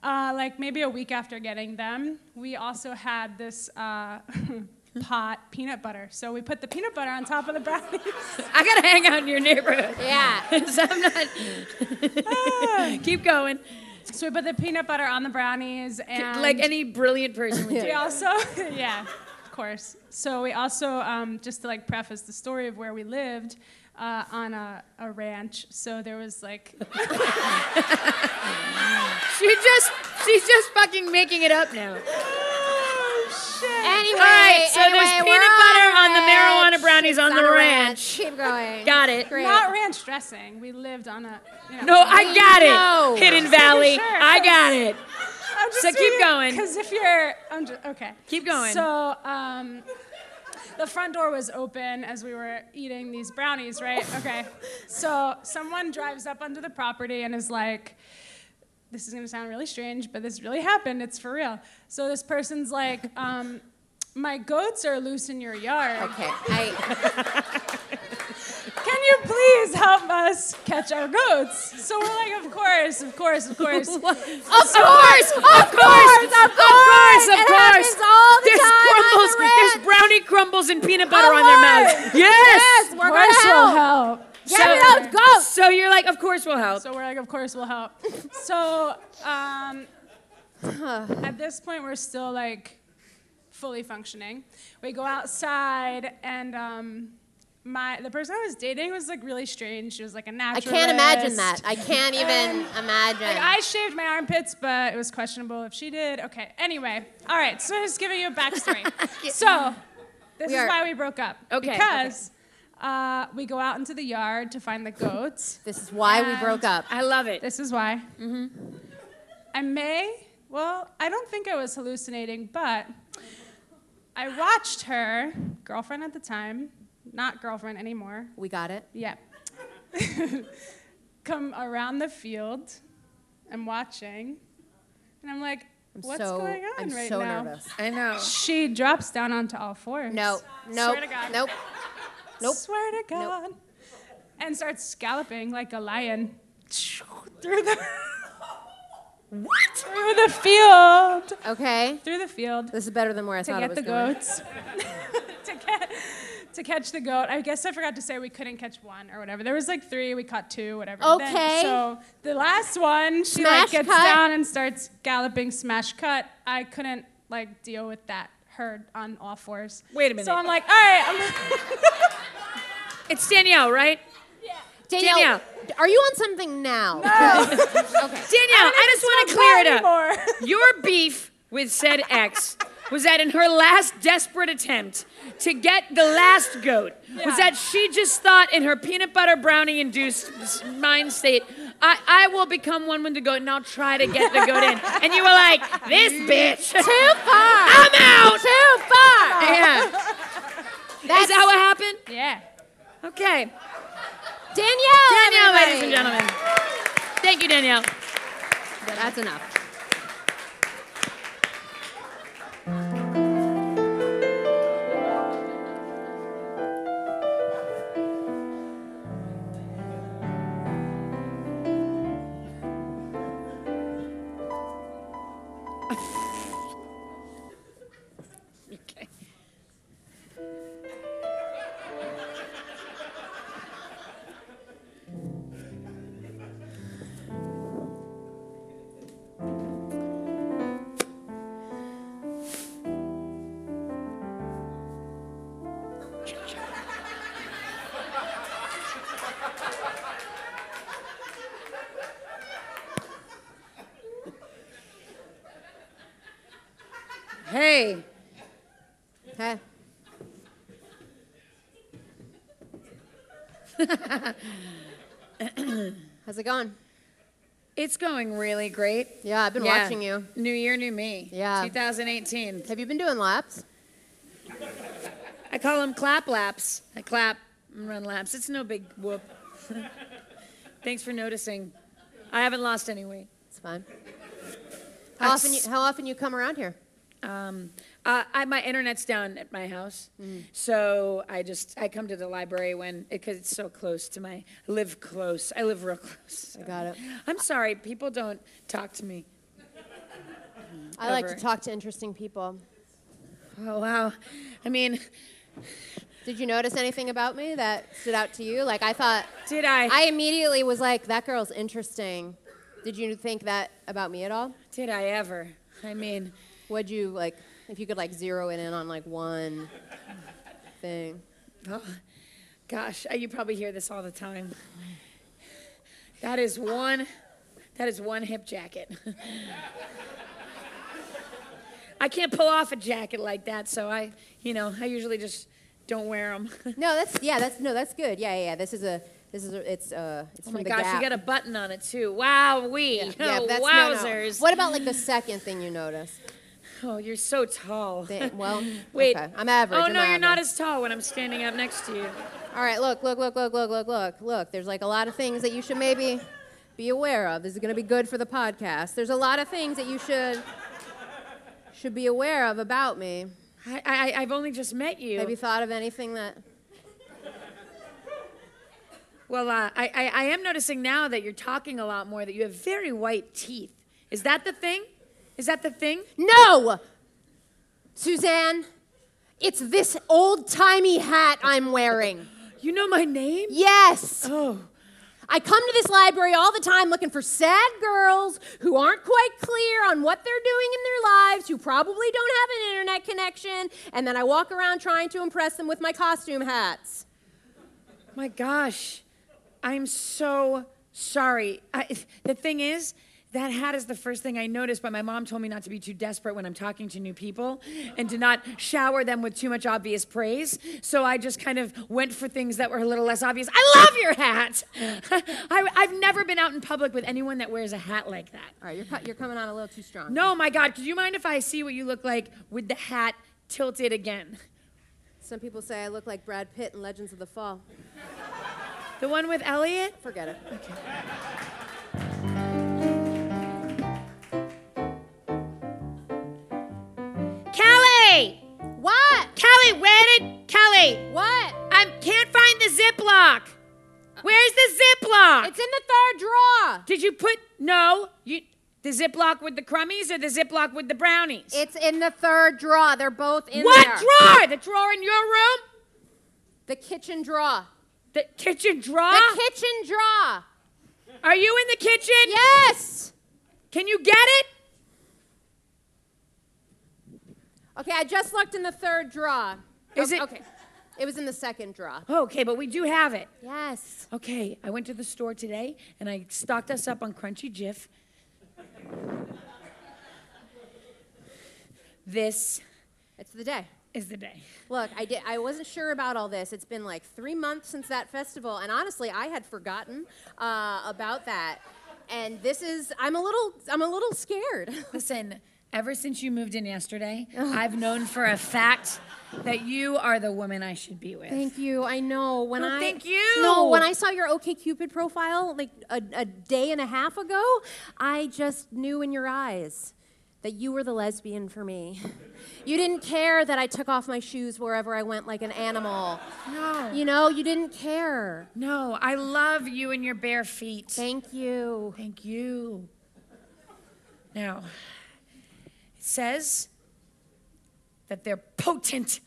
Speaker 6: Uh, like maybe a week after getting them, we also had this uh, pot peanut butter. So we put the peanut butter on top of the brownies.
Speaker 1: I gotta hang out in your neighborhood.
Speaker 2: Yeah.
Speaker 1: 'Cause I'm
Speaker 6: Ah.
Speaker 1: not. Keep going.
Speaker 6: so we put the peanut butter on the brownies, and
Speaker 1: Like any brilliant person would do.
Speaker 6: we also yeah of course so we also um, just to like preface the story of where we lived uh, on a, a ranch so there was like
Speaker 1: She just, she's just fucking making it up now.
Speaker 2: Anyway,
Speaker 1: All right, so
Speaker 2: anyway,
Speaker 1: there's
Speaker 2: we're
Speaker 1: peanut butter on the
Speaker 2: ranch.
Speaker 1: marijuana brownies on
Speaker 2: It's
Speaker 1: the
Speaker 2: a
Speaker 1: ranch.
Speaker 2: Keep going.
Speaker 1: Got it.
Speaker 2: Great.
Speaker 6: not ranch dressing we lived on a you know,
Speaker 1: No, I got it.
Speaker 2: No.
Speaker 1: Hidden Valley.
Speaker 6: Sure.
Speaker 1: I got it.
Speaker 6: I'm just
Speaker 1: So keep going.
Speaker 6: Because if you're, I'm ju- okay.
Speaker 1: Keep going.
Speaker 6: So, um, the front door was open as we were eating these brownies, right?
Speaker 1: Oh.
Speaker 6: Okay. So someone drives up onto the property and is like, "This is gonna sound really strange, but this really happened. It's for real." So this person's like, um, "My goats are loose in your yard.
Speaker 2: Okay. I,
Speaker 6: Can you please help us catch our goats?" So we're like, "Of course, of course, of course."
Speaker 2: of course, of course, of course,
Speaker 1: Of
Speaker 2: it
Speaker 1: course.
Speaker 2: happens all the
Speaker 1: there's
Speaker 2: time
Speaker 1: crumbles.
Speaker 2: on the ranch.
Speaker 1: there's brownie crumbles and peanut butter on their
Speaker 2: course.
Speaker 1: mouth. Yes.
Speaker 2: Yes, we're gonna help. Get
Speaker 1: So-
Speaker 2: it out, go.
Speaker 1: So you're like, of course we'll help.
Speaker 6: So we're like, of course we'll help. So um, at this point, we're still like fully functioning. We go outside, and um, my the person I was dating was like really strange. She was like a
Speaker 2: I
Speaker 6: naturalist.
Speaker 2: can't imagine that. I can't even imagine.
Speaker 6: Like, I shaved my armpits, but it was questionable if she did. Okay. Anyway, all right. So just giving you a backstory. so this
Speaker 2: We
Speaker 6: is
Speaker 2: are-
Speaker 6: why we broke up.
Speaker 1: Okay, okay.
Speaker 6: Because Uh, we go out into the yard to find the goats.
Speaker 2: this is why we broke up.
Speaker 1: I love it.
Speaker 6: This is why.
Speaker 2: Mm-hmm.
Speaker 6: I may, well, I don't think I was hallucinating, but I watched her, girlfriend at the time, not girlfriend anymore,
Speaker 2: We got it.
Speaker 6: yeah, come around the field. I'm watching, and I'm like,
Speaker 2: I'm
Speaker 6: What's
Speaker 2: so
Speaker 6: going on
Speaker 2: I'm
Speaker 6: right
Speaker 2: so
Speaker 6: now?
Speaker 2: nervous.
Speaker 1: I know.
Speaker 6: She drops down onto all fours.
Speaker 2: No, no,
Speaker 6: Swear to God.
Speaker 2: nope. Nope.
Speaker 6: Swear to God. And starts scalloping like a lion through the what? Through the field.
Speaker 2: Okay,
Speaker 6: Through the field
Speaker 2: this is better than where I
Speaker 6: to
Speaker 2: thought it
Speaker 6: get
Speaker 2: was
Speaker 6: the
Speaker 2: going.
Speaker 6: goats. to get to catch the goat. I guess I forgot to say we couldn't catch one or whatever. There was like three. We caught two, whatever. Then-
Speaker 2: Okay.
Speaker 6: so the last one, she
Speaker 2: Smash
Speaker 6: like gets
Speaker 2: cut.
Speaker 6: down and starts galloping, smash cut. I couldn't like deal with that herd on all fours.
Speaker 1: Wait a minute.
Speaker 6: So I'm like, all right, I'm
Speaker 1: It's Danielle, right?
Speaker 2: Danielle,
Speaker 1: Danielle.
Speaker 2: d- are you on something now?
Speaker 1: Danielle, I, just want to clear it up.
Speaker 6: anymore.
Speaker 1: Your beef with said ex was that in her last desperate attempt to get the last goat was that she just thought in her peanut butter brownie induced s- mind state I, I will become one with the goat and I'll try to get the goat in and you were like this bitch
Speaker 2: Too far.
Speaker 1: I'm out
Speaker 2: Too far.
Speaker 1: yeah. Is that what happened
Speaker 6: yeah.
Speaker 1: okay
Speaker 2: Danielle.
Speaker 1: Danielle ladies
Speaker 2: everybody.
Speaker 1: and gentlemen thank you Danielle
Speaker 2: That's enough.
Speaker 1: okay hey
Speaker 2: Hey. How's it going?
Speaker 1: It's going really great.
Speaker 2: Yeah, I've been
Speaker 1: Yeah.
Speaker 2: watching you.
Speaker 1: New year, new me.
Speaker 2: Yeah.
Speaker 1: 2018.
Speaker 2: Have you been doing laps?
Speaker 1: I call them clap laps. I clap and run laps. It's no big whoop. Thanks for noticing. I haven't lost any weight.
Speaker 2: It's fine. How often you,
Speaker 1: That's-
Speaker 2: how often you come around here?
Speaker 1: Um, uh, I, my internet's down at my house,
Speaker 2: Mm.
Speaker 1: so I just I come to the library when because it's so close to my I live close. I live real close. so.
Speaker 2: got it.
Speaker 1: I'm sorry, people don't talk to me.
Speaker 2: I like to
Speaker 1: Over.
Speaker 2: talk to interesting people.
Speaker 1: Oh wow, I mean,
Speaker 2: Did you notice anything about me that stood out to you? Like I thought
Speaker 1: did I?
Speaker 2: I immediately was like, that girl's interesting. Did you think that about me at all?
Speaker 1: did I ever? I mean.
Speaker 2: Would you like if you could like zero it in on like one thing?
Speaker 1: Oh, gosh, uh, you probably hear this all the time. That is one. That is one hip jacket. I can't pull off a jacket like that, so I, you know, I usually just don't wear Oh them.
Speaker 2: No, that's yeah, that's no, that's good. Yeah, yeah, yeah. This is a this is a, it's uh it's
Speaker 1: Oh
Speaker 2: from
Speaker 1: my
Speaker 2: the
Speaker 1: gosh,
Speaker 2: Gap.
Speaker 1: you got a button on it too. Wow, we.
Speaker 2: yeah,
Speaker 1: oh,
Speaker 2: but that's no, no.
Speaker 1: wowzers.
Speaker 2: What about like the second thing you noticed?
Speaker 1: Oh, you're so tall.
Speaker 2: Thing- well,
Speaker 1: Wait.
Speaker 2: okay. I'm average.
Speaker 1: Oh
Speaker 2: I'm
Speaker 1: no, you're not
Speaker 2: average.
Speaker 1: as tall when I'm standing up next to you.
Speaker 2: All right, look, look, look, look, look, look, look, look. There's like a lot of things that you should maybe be aware of. This is going to be good for the podcast. There's a lot of things that you should should be aware of about me.
Speaker 1: I, I, I've only just met you.
Speaker 2: Have you thought of anything that?
Speaker 1: Well, uh, I, I, I am noticing now that you're talking a lot more, that you have very white teeth. Is that the thing? Is that the thing?
Speaker 2: No, Suzanne, it's this old timey hat I'm wearing.
Speaker 1: You know my name?
Speaker 2: Yes.
Speaker 1: Oh.
Speaker 2: I come to this library all the time looking for sad girls who aren't quite clear on what they're doing in their lives, who probably don't have an internet connection, and then I walk around trying to impress them with my costume hats.
Speaker 1: My gosh. I'm so sorry. I, the thing is, that hat is the first thing I noticed, but my mom told me not to be too desperate when I'm talking to new people and to not shower them with too much obvious praise. So I just kind of went for things that were a little less obvious. I love your hat! I, I've never been out in public with anyone that wears a hat like that.
Speaker 2: All right, you're, cut- you're coming on a little too strong.
Speaker 1: No, my God, could you mind if I see what you look like with the hat tilted again?
Speaker 2: Some people say I look like Brad Pitt in Legends of the Fall.
Speaker 1: The one with Elliot?
Speaker 2: Forget it.
Speaker 1: Where's the Ziploc?
Speaker 2: It's in the third drawer.
Speaker 1: Did you put no? You the Ziploc with the crummies or the Ziploc with the brownies?
Speaker 2: It's in the third drawer. They're both in
Speaker 1: what
Speaker 2: there.
Speaker 1: drawer? The drawer in your room?
Speaker 2: The kitchen drawer.
Speaker 1: The kitchen drawer?
Speaker 2: The kitchen drawer.
Speaker 1: Are you in the kitchen?
Speaker 2: Yes.
Speaker 1: Can you get it?
Speaker 2: Okay, I just looked in the third drawer.
Speaker 1: Is
Speaker 2: Oh,
Speaker 1: it- Oh,
Speaker 2: okay? It was in the second drawer.
Speaker 1: Okay, but we do have it.
Speaker 2: Yes.
Speaker 1: Okay, I went to the store today and I stocked us up on crunchy jiff. This
Speaker 2: It's the day.
Speaker 1: is the day.
Speaker 2: Look, I did. I wasn't sure about all this. It's been like three months since that festival, and honestly, I had forgotten uh, about that. And this is. I'm a little. I'm a little scared.
Speaker 1: Listen, ever since you moved in yesterday,
Speaker 2: Oh.
Speaker 1: I've known for a fact that you are the woman I should be with.
Speaker 2: Thank you. I know when
Speaker 1: No,
Speaker 2: I
Speaker 1: thank you.
Speaker 2: No, when I saw your OK Cupid profile like a, a day and a half ago, I just knew in your eyes that you were the lesbian for me. You didn't care that I took off my shoes wherever I went like an animal.
Speaker 1: No.
Speaker 2: You know, you didn't care.
Speaker 1: no, I love you and your bare feet.
Speaker 2: Thank you.
Speaker 1: Thank you. Now, it says that they're potent.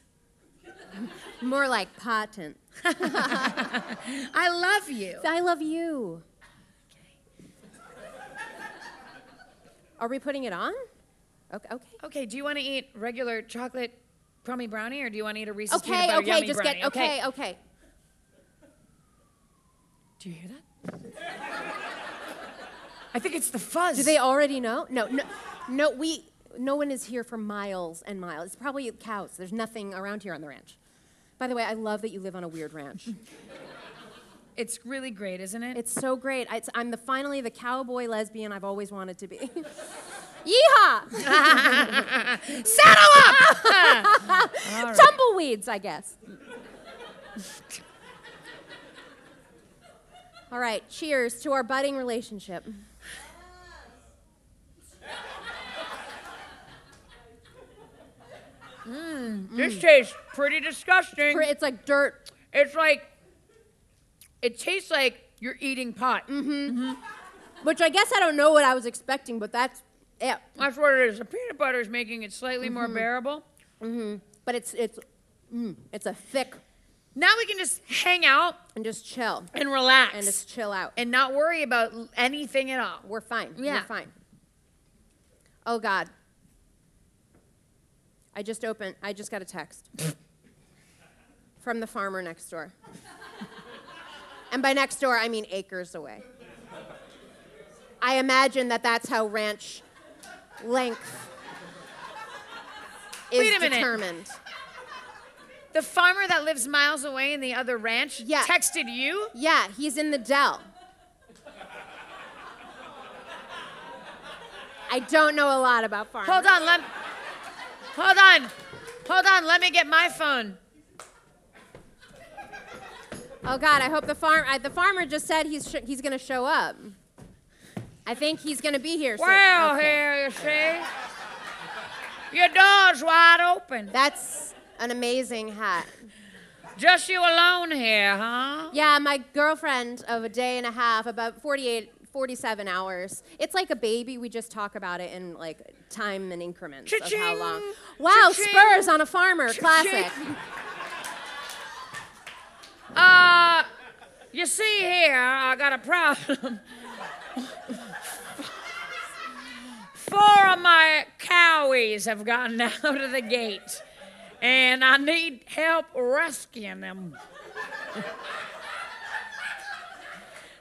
Speaker 2: More like patent.
Speaker 1: I love you.
Speaker 2: I love you. Are we putting it on? Okay. Okay.
Speaker 1: Okay, do you want to eat regular chocolate crummy brownie or do you want to eat a Reese's peanut
Speaker 2: Okay.
Speaker 1: butter
Speaker 2: Okay.
Speaker 1: yummy
Speaker 2: Just
Speaker 1: brownie?
Speaker 2: get. Okay. Okay.
Speaker 1: Do you hear that? I think it's the fuzz.
Speaker 2: Do they already know? No, no, no. We no one is here for miles and miles. It's probably cows. There's nothing around here on the ranch. By the way, I love that you live on a weird ranch.
Speaker 1: It's really great, isn't it?
Speaker 2: It's so great. It's, I'm the finally the cowboy lesbian I've always wanted to be. Yeehaw!
Speaker 1: Saddle up!
Speaker 2: Tumbleweeds, I guess. All right. Cheers to our budding relationship. Mm.
Speaker 1: this tastes pretty disgusting.
Speaker 2: It's like dirt.
Speaker 1: It's like, it tastes like you're eating pot.
Speaker 2: Mm-hmm. Which I guess I don't know what I was expecting, but that's it.
Speaker 1: That's what it is. The peanut butter is making it slightly more
Speaker 2: Mm-hmm.
Speaker 1: bearable.
Speaker 2: But it's it's mm, it's a thick
Speaker 1: Now we can just hang out
Speaker 2: and just chill
Speaker 1: and relax
Speaker 2: and just chill out.
Speaker 1: and not worry about l- anything at all.
Speaker 2: We're fine.
Speaker 1: Yeah.
Speaker 2: We're fine. Oh God. I just opened. I just got a text from the farmer next door. and by next door, I mean acres away. I imagine that that's how ranch length is
Speaker 1: Wait a minute.
Speaker 2: determined.
Speaker 1: The farmer that lives miles away in the other ranch
Speaker 2: Yeah.
Speaker 1: texted you?
Speaker 2: Yeah, he's in the Dell. I don't know a lot about farmers.
Speaker 1: Hold on, let Hold on. Hold on, let me get my phone.
Speaker 2: Oh God, I hope the farm I, the farmer just said he's sh- he's gonna show up. I think he's gonna be here. soon.
Speaker 1: Well,
Speaker 2: Okay.
Speaker 1: here, you see. Your door's wide open.
Speaker 2: That's an amazing hat.
Speaker 1: Just you alone here, huh?
Speaker 2: Yeah, my girlfriend of a day and a half, about 48, 47 hours. It's like a baby. We just talk about it in like time and increments of how
Speaker 1: Cha-ching.
Speaker 2: long. Wow,
Speaker 1: Cha-ching.
Speaker 2: spurs on a farmer, classic.
Speaker 1: Uh, you see here, I got a problem. Four of my cowies have gotten out of the gate, and I need help rescuing them.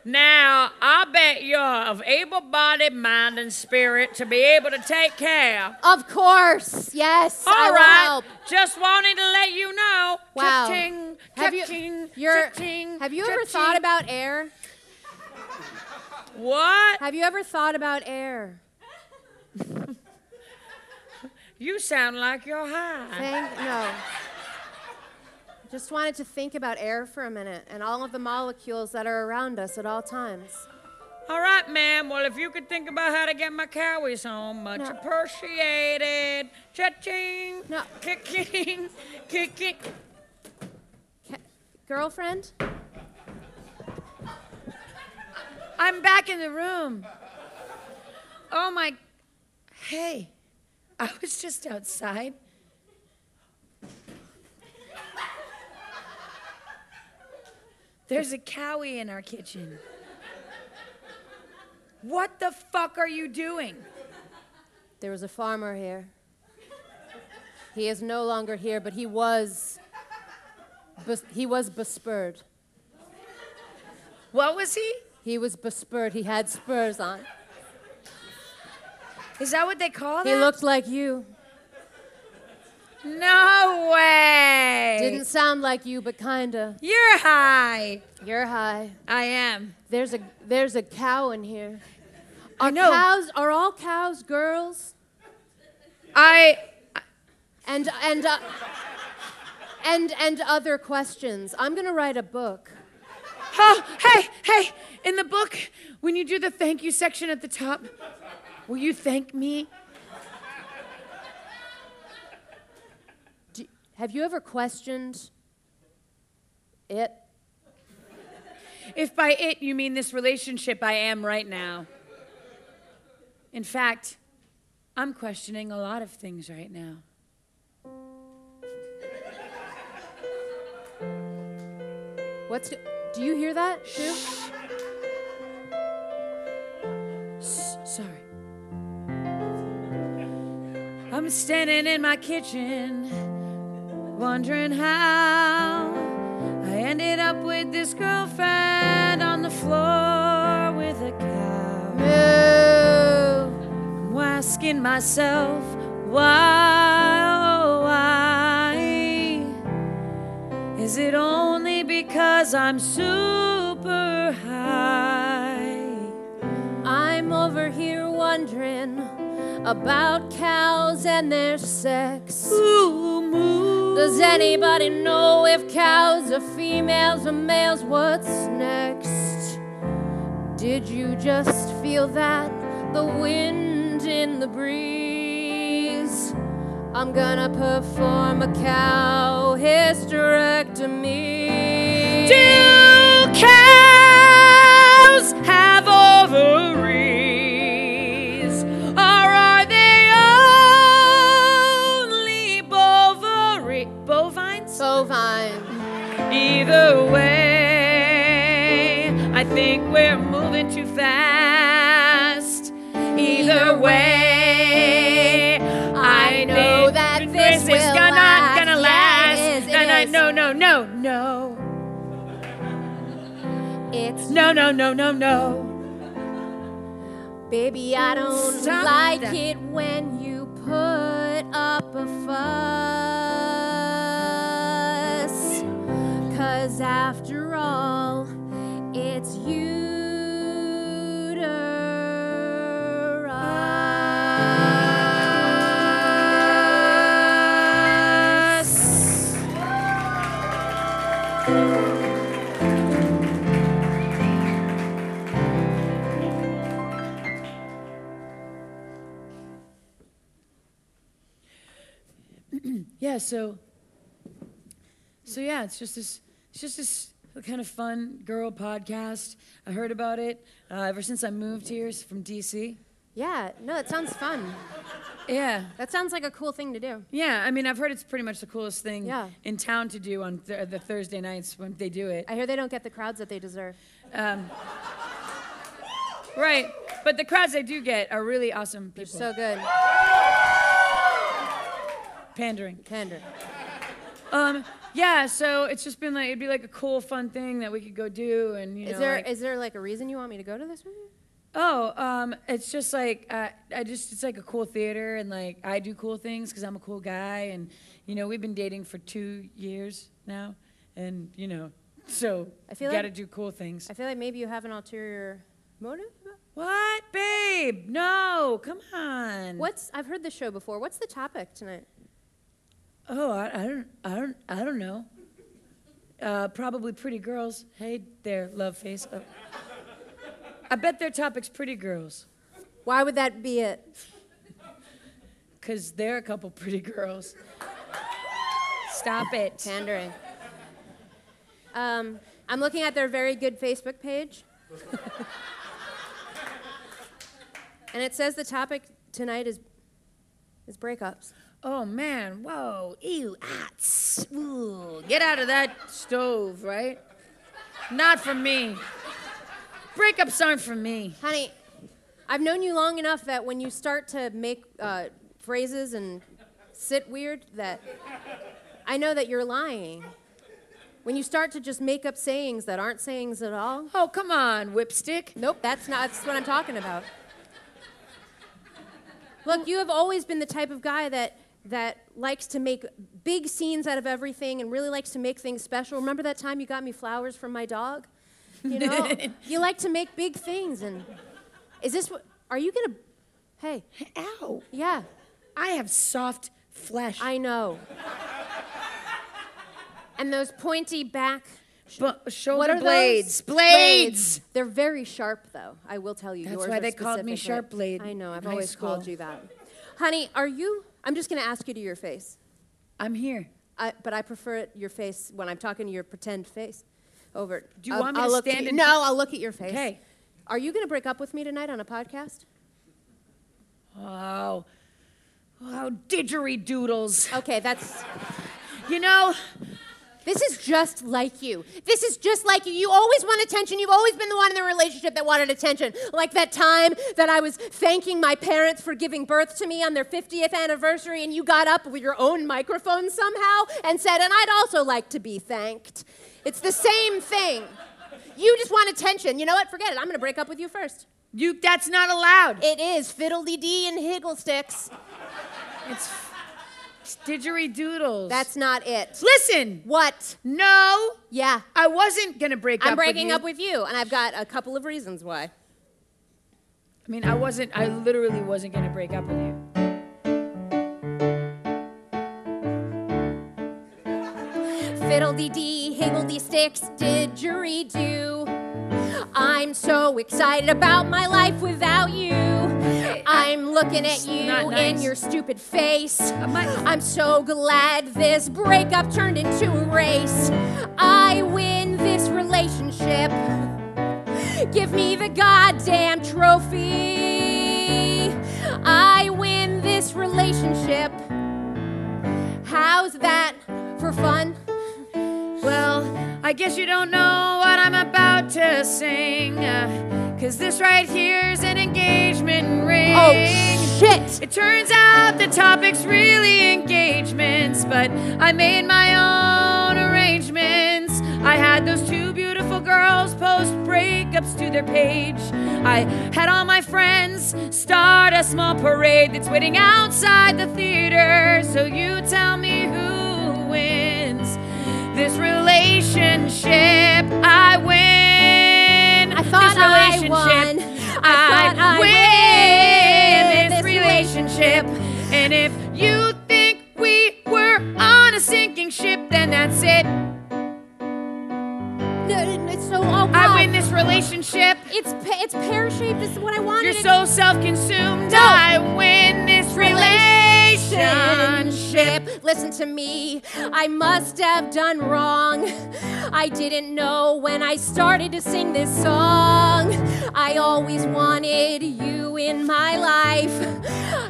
Speaker 1: Now, I bet you're of able body, mind, and spirit to be able to take care.
Speaker 2: Of course, yes. I
Speaker 1: All
Speaker 2: will
Speaker 1: right,
Speaker 2: help.
Speaker 1: just wanted to let you know.
Speaker 2: Wow.
Speaker 1: Cha-ching,
Speaker 2: Have you,
Speaker 1: cha-ching,
Speaker 2: you're,
Speaker 1: cha-ching,
Speaker 2: have you ever
Speaker 1: cha-ching.
Speaker 2: thought about air?
Speaker 1: What?
Speaker 2: Have you ever thought about air?
Speaker 1: You sound like you're high.
Speaker 2: Thank, no. Just wanted to think about air for a minute and all of the molecules that are around us at all times.
Speaker 1: All right, ma'am. Well, if you could think about how to get my cowies home, much
Speaker 2: No.
Speaker 1: appreciated. Cha-ching.
Speaker 2: No.
Speaker 1: Kicking. Kicking.
Speaker 2: Ca- girlfriend?
Speaker 1: I'm back in the room. Oh my. Hey, I was just outside. There's a cowie in our kitchen. What the fuck are you doing?
Speaker 2: There was a farmer here. He is no longer here, but he was. Bes- he was bespurred.
Speaker 1: What was he?
Speaker 2: He was bespurred. He had spurs on.
Speaker 1: Is that what they call
Speaker 2: He
Speaker 1: that?
Speaker 2: looked like you.
Speaker 1: No way.
Speaker 2: Didn't sound like you, but kinda.
Speaker 1: You're high.
Speaker 2: You're high.
Speaker 1: I am.
Speaker 2: There's a there's a cow in here.
Speaker 1: I
Speaker 2: Are
Speaker 1: know.
Speaker 2: cows are all cows girls?
Speaker 1: I.
Speaker 2: And and uh, and and other questions. I'm gonna write a book.
Speaker 1: Oh, hey, hey! In the book, when you do the thank you section at the top, will you thank me?
Speaker 2: Do, have you ever questioned it?
Speaker 1: If by it you mean this relationship I am right now. In fact, I'm questioning a lot of things right now.
Speaker 2: What's do you hear that too?
Speaker 1: Sorry. I'm standing in my kitchen, wondering how I ended up with this girlfriend on the floor with a cow. I'm asking myself why, oh, why? Is it only because I'm super high?
Speaker 2: I'm over here wondering about cows and their sex.
Speaker 1: Ooh, moo.
Speaker 2: Does anybody know if cows are females or males? What's next? Did you just feel that? The wind in the breeze. I'm gonna perform a cow hysterectomy.
Speaker 1: Do cows have ovaries? Or are they only bovary- bovines?
Speaker 2: Bovine.
Speaker 1: Either way, I think we're moving too fast. Either way, I
Speaker 2: I know
Speaker 1: think
Speaker 2: that this
Speaker 1: is
Speaker 2: will
Speaker 1: gonna,
Speaker 2: last.
Speaker 1: gonna
Speaker 2: Yeah, it
Speaker 1: last.
Speaker 2: is, it
Speaker 1: no,
Speaker 2: is.
Speaker 1: no, no, no, no, no.
Speaker 2: It's
Speaker 1: No, no, no, no, no.
Speaker 2: Baby, I don't
Speaker 1: Stop
Speaker 2: like
Speaker 1: that.
Speaker 2: it when you put up a fuss. Cause after all, it's uterus.
Speaker 1: Yeah, so so yeah, it's just this it's just this kind of fun girl podcast. I heard about it uh, ever since I moved here s- from DC.
Speaker 2: Yeah, no, that sounds fun.
Speaker 1: Yeah.
Speaker 2: That sounds like a cool thing to do.
Speaker 1: Yeah, I mean, I've heard it's pretty much the coolest thing
Speaker 2: Yeah.
Speaker 1: in town to do on th- the Thursday nights when they do it.
Speaker 2: I hear they don't get the crowds that they deserve.
Speaker 1: Um, right, but the crowds they do get are really awesome people.
Speaker 2: So good.
Speaker 1: pandering.
Speaker 2: Tender.
Speaker 1: Um, yeah, so it's just been like it'd be like a cool, fun thing that we could go do, and you
Speaker 2: Is
Speaker 1: know,
Speaker 2: there
Speaker 1: like-
Speaker 2: is there like a reason you want me to go to this with you?
Speaker 1: oh, um, it's just like uh, I just it's like a cool theater, and like I do cool things because I'm a cool guy, and you know we've been dating for two years now, and you know, so
Speaker 2: I feel
Speaker 1: you gotta
Speaker 2: like-
Speaker 1: do cool things.
Speaker 2: I feel like maybe you have an ulterior motive.
Speaker 1: What, babe? No, come on.
Speaker 2: What's I've heard this show before. What's the topic tonight?
Speaker 1: Oh, I, I don't, I don't, I don't know. Uh, probably pretty girls. Hey there, love face. Oh. I bet their topic's pretty girls,
Speaker 2: Why would that be it?
Speaker 1: cause they're a couple pretty girls. Stop it.
Speaker 2: Pandering. Um, I'm looking at their very good Facebook page.
Speaker 5: And it says the topic tonight is is breakups.
Speaker 1: Oh man, whoa, ew, ah, tss, ooh, get out of that stove, right? Not for me. Breakups aren't for me.
Speaker 5: Honey, I've known you long enough that when you start to make uh, phrases and sit weird, that I know that you're lying. When you start to just make up sayings that aren't sayings at all,
Speaker 1: Oh, come on, whipstick.
Speaker 5: nope, that's not that's what I'm talking about. Look, you have always been the type of guy that that likes to make big scenes out of everything and really likes to make things special. Remember that time you got me flowers from my dog? You know, you like to make big things and is this what are you going to Hey,
Speaker 1: Ow,
Speaker 5: yeah,
Speaker 1: I have soft flesh.
Speaker 5: I know. And those pointy back
Speaker 1: Bu- shoulder
Speaker 5: what are
Speaker 1: blades.
Speaker 5: those?
Speaker 1: Blades.
Speaker 5: They're very sharp, though. I will tell you.
Speaker 1: That's
Speaker 5: yours
Speaker 1: why
Speaker 5: are
Speaker 1: they called me
Speaker 5: specifically-
Speaker 1: Sharp Blade
Speaker 5: I know. I've
Speaker 1: in high
Speaker 5: always called
Speaker 1: school.
Speaker 5: you that. Honey, are you? I'm just going to ask you to your face.
Speaker 1: I'm here.
Speaker 5: I, but I prefer it your face when I'm talking to your pretend face. Over.
Speaker 1: Do you
Speaker 5: I'll-
Speaker 1: want me
Speaker 5: I'll
Speaker 1: to
Speaker 5: look
Speaker 1: stand
Speaker 5: you.
Speaker 1: in-
Speaker 5: No, I'll look at your face.
Speaker 1: Okay.
Speaker 5: Are you going to break up with me tonight on a podcast?
Speaker 1: Oh, oh, didgeridoodles.
Speaker 5: Okay, that's.
Speaker 1: You know,
Speaker 2: This is just like you. This is just like you. You always want attention. You've always been the one in the relationship that wanted attention. Like that time that I was thanking my parents for giving birth to me on their 50th anniversary, and you got up with your own microphone somehow and said, And I'd also like to be thanked. It's the same thing. You just want attention. You know what? Forget it. I'm going to break up with you first.
Speaker 1: you that's not allowed.
Speaker 2: It is fiddly dee and higgle sticks.
Speaker 1: It's, it's didgeridoodles.
Speaker 2: That's not it.
Speaker 1: listen.
Speaker 2: What?
Speaker 1: No,
Speaker 2: Yeah.
Speaker 1: I wasn't gonna break
Speaker 5: I'm
Speaker 1: up.
Speaker 5: breaking
Speaker 1: with you.
Speaker 5: up with you, and I've got a couple of reasons why.
Speaker 1: I mean, I wasn't. I literally wasn't gonna break up with you.
Speaker 2: Fiddle dee, higgledy sticks, didgeridoo. I'm so excited about my life without you. I'm looking at you
Speaker 1: not
Speaker 2: in
Speaker 1: nice.
Speaker 2: your stupid face.
Speaker 1: my-
Speaker 2: I'm so glad this breakup turned into a race. I win this relationship. Give me the goddamn trophy. I win this relationship. How's that for fun?
Speaker 1: Well, I guess you don't know what I'm about to sing. uh, Cause this right here's an engagement ring.
Speaker 2: Oh shit!
Speaker 1: It turns out the topic's really engagements, but I made my own arrangements. I had those two beautiful girls post breakups to their page. I had all my friends start a small parade that's waiting outside the theater. So you tell me who wins this relationship. I win.
Speaker 2: I thought I
Speaker 1: this
Speaker 2: won.
Speaker 1: relationship.
Speaker 2: I
Speaker 1: I,
Speaker 2: thought I win this
Speaker 1: win this relationship. And if you think we were on a sinking ship, then that's it.
Speaker 2: No, no, it's so oh,
Speaker 1: I
Speaker 2: wow.
Speaker 1: win this relationship.
Speaker 2: It's pe- it's pear shaped. This is what I wanted.
Speaker 1: You're so self consumed. I win this relationship.
Speaker 2: relationship. Listen to me. I must have done wrong. I didn't know when I started to sing this song. I always wanted you in my life.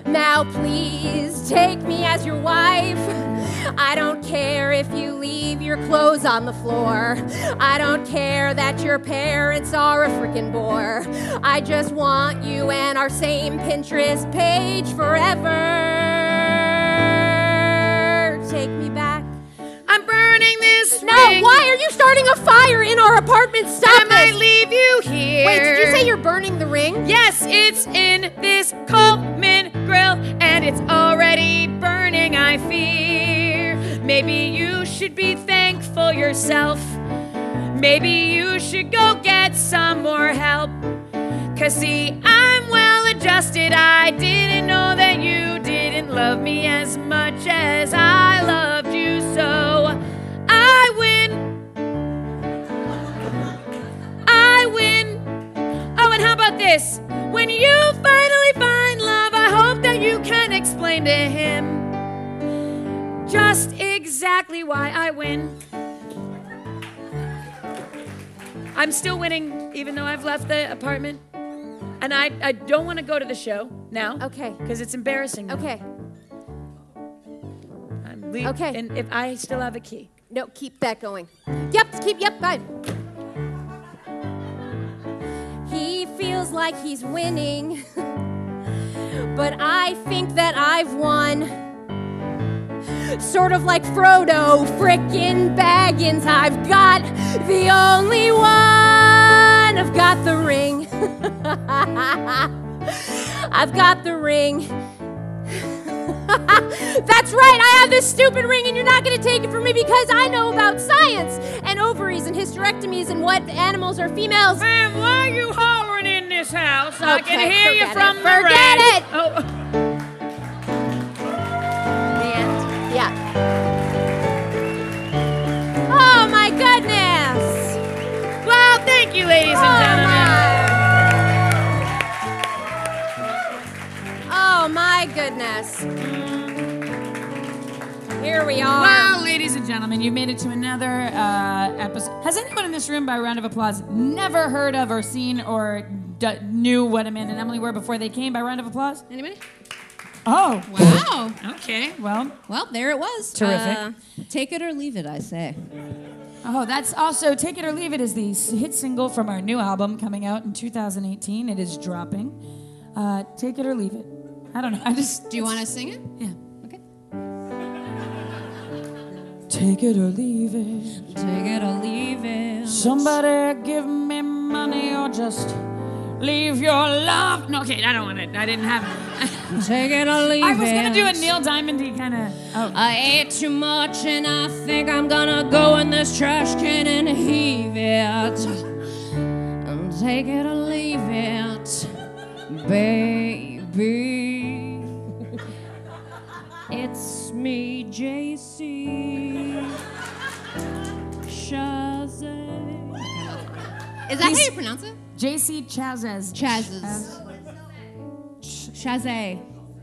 Speaker 2: Now please take me as your wife. I don't care if you leave your clothes on the floor. I don't care that your parents are a freaking bore. I just want you and our same Pinterest page forever. Take me back.
Speaker 1: I'm burning this
Speaker 2: No,
Speaker 1: ring.
Speaker 2: why are you starting a fire in our apartment?
Speaker 1: I
Speaker 2: Stop
Speaker 1: might
Speaker 2: it.
Speaker 1: leave you here.
Speaker 2: Wait, did you say you're burning the ring?
Speaker 1: Yes, it's in this Coleman grill and it's already burning, I fear. Maybe you should be thankful yourself. Maybe you should go get some more help. Cause see, I'm well adjusted. I didn't know that you didn't love me as much as I loved you, so I win. I win. Oh, and how about this? When you finally find love, I hope that you can explain to him just exactly why I win. I'm still winning, even though I've left the apartment. And I, I don't want to go to the show now.
Speaker 2: Okay.
Speaker 1: Because it's embarrassing. now.
Speaker 2: Okay.
Speaker 1: I'm leaving.
Speaker 2: Okay.
Speaker 1: And if I still have a key.
Speaker 2: No, keep that going. Yep, keep, yep, fine. He feels like he's winning, but I think that I've won. Sort of like Frodo, frickin' Baggins, I've got the only one. I've got the ring. I've got the ring. That's right, I have this stupid ring, and you're not going to take it from me because I know about science and ovaries and hysterectomies and what animals are females.
Speaker 1: Ma'am, why are you hollering in this house? I can
Speaker 2: Okay,
Speaker 1: hear you
Speaker 2: forget
Speaker 1: from
Speaker 2: it,
Speaker 1: the
Speaker 2: forget
Speaker 1: rain.
Speaker 2: it.
Speaker 1: Oh,
Speaker 2: And yeah. Oh my goodness!
Speaker 1: well, thank you, ladies
Speaker 2: Oh
Speaker 1: and gentlemen.
Speaker 2: my. Oh my goodness. Here we are.
Speaker 7: Wow, ladies and gentlemen, you've made it to another uh, episode. Has anyone in this room, by a round of applause, never heard of or seen or d- knew what Amanda and Emily were before they came? By a round of applause.
Speaker 8: Anybody?
Speaker 7: Oh,
Speaker 8: Wow.
Speaker 7: okay. Well,
Speaker 8: Well, there it was.
Speaker 7: Terrific.
Speaker 8: Uh, take it or leave it, I say.
Speaker 7: oh, that's also "Take It or Leave It" is the s- hit single from our new album coming out in 2018. It is dropping. Uh, "Take It or Leave It." I don't know. I just
Speaker 8: Do you want to sing it?
Speaker 7: yeah.
Speaker 8: Okay.
Speaker 7: Take it or leave it.
Speaker 8: Take it or leave it.
Speaker 7: Somebody give me money or just leave your love. No, okay, I don't want it. I didn't have it.
Speaker 8: Take it or leave it.
Speaker 7: I was gonna do a Neil Diamondy kind of. Oh.
Speaker 8: I ate too much and I think I'm gonna go in this trash can and heave it. And take it or leave it, baby. It's me, JC. Shazay. Is that how you pronounce it?
Speaker 7: J.C. Chazes.
Speaker 8: Chazes. Shazay.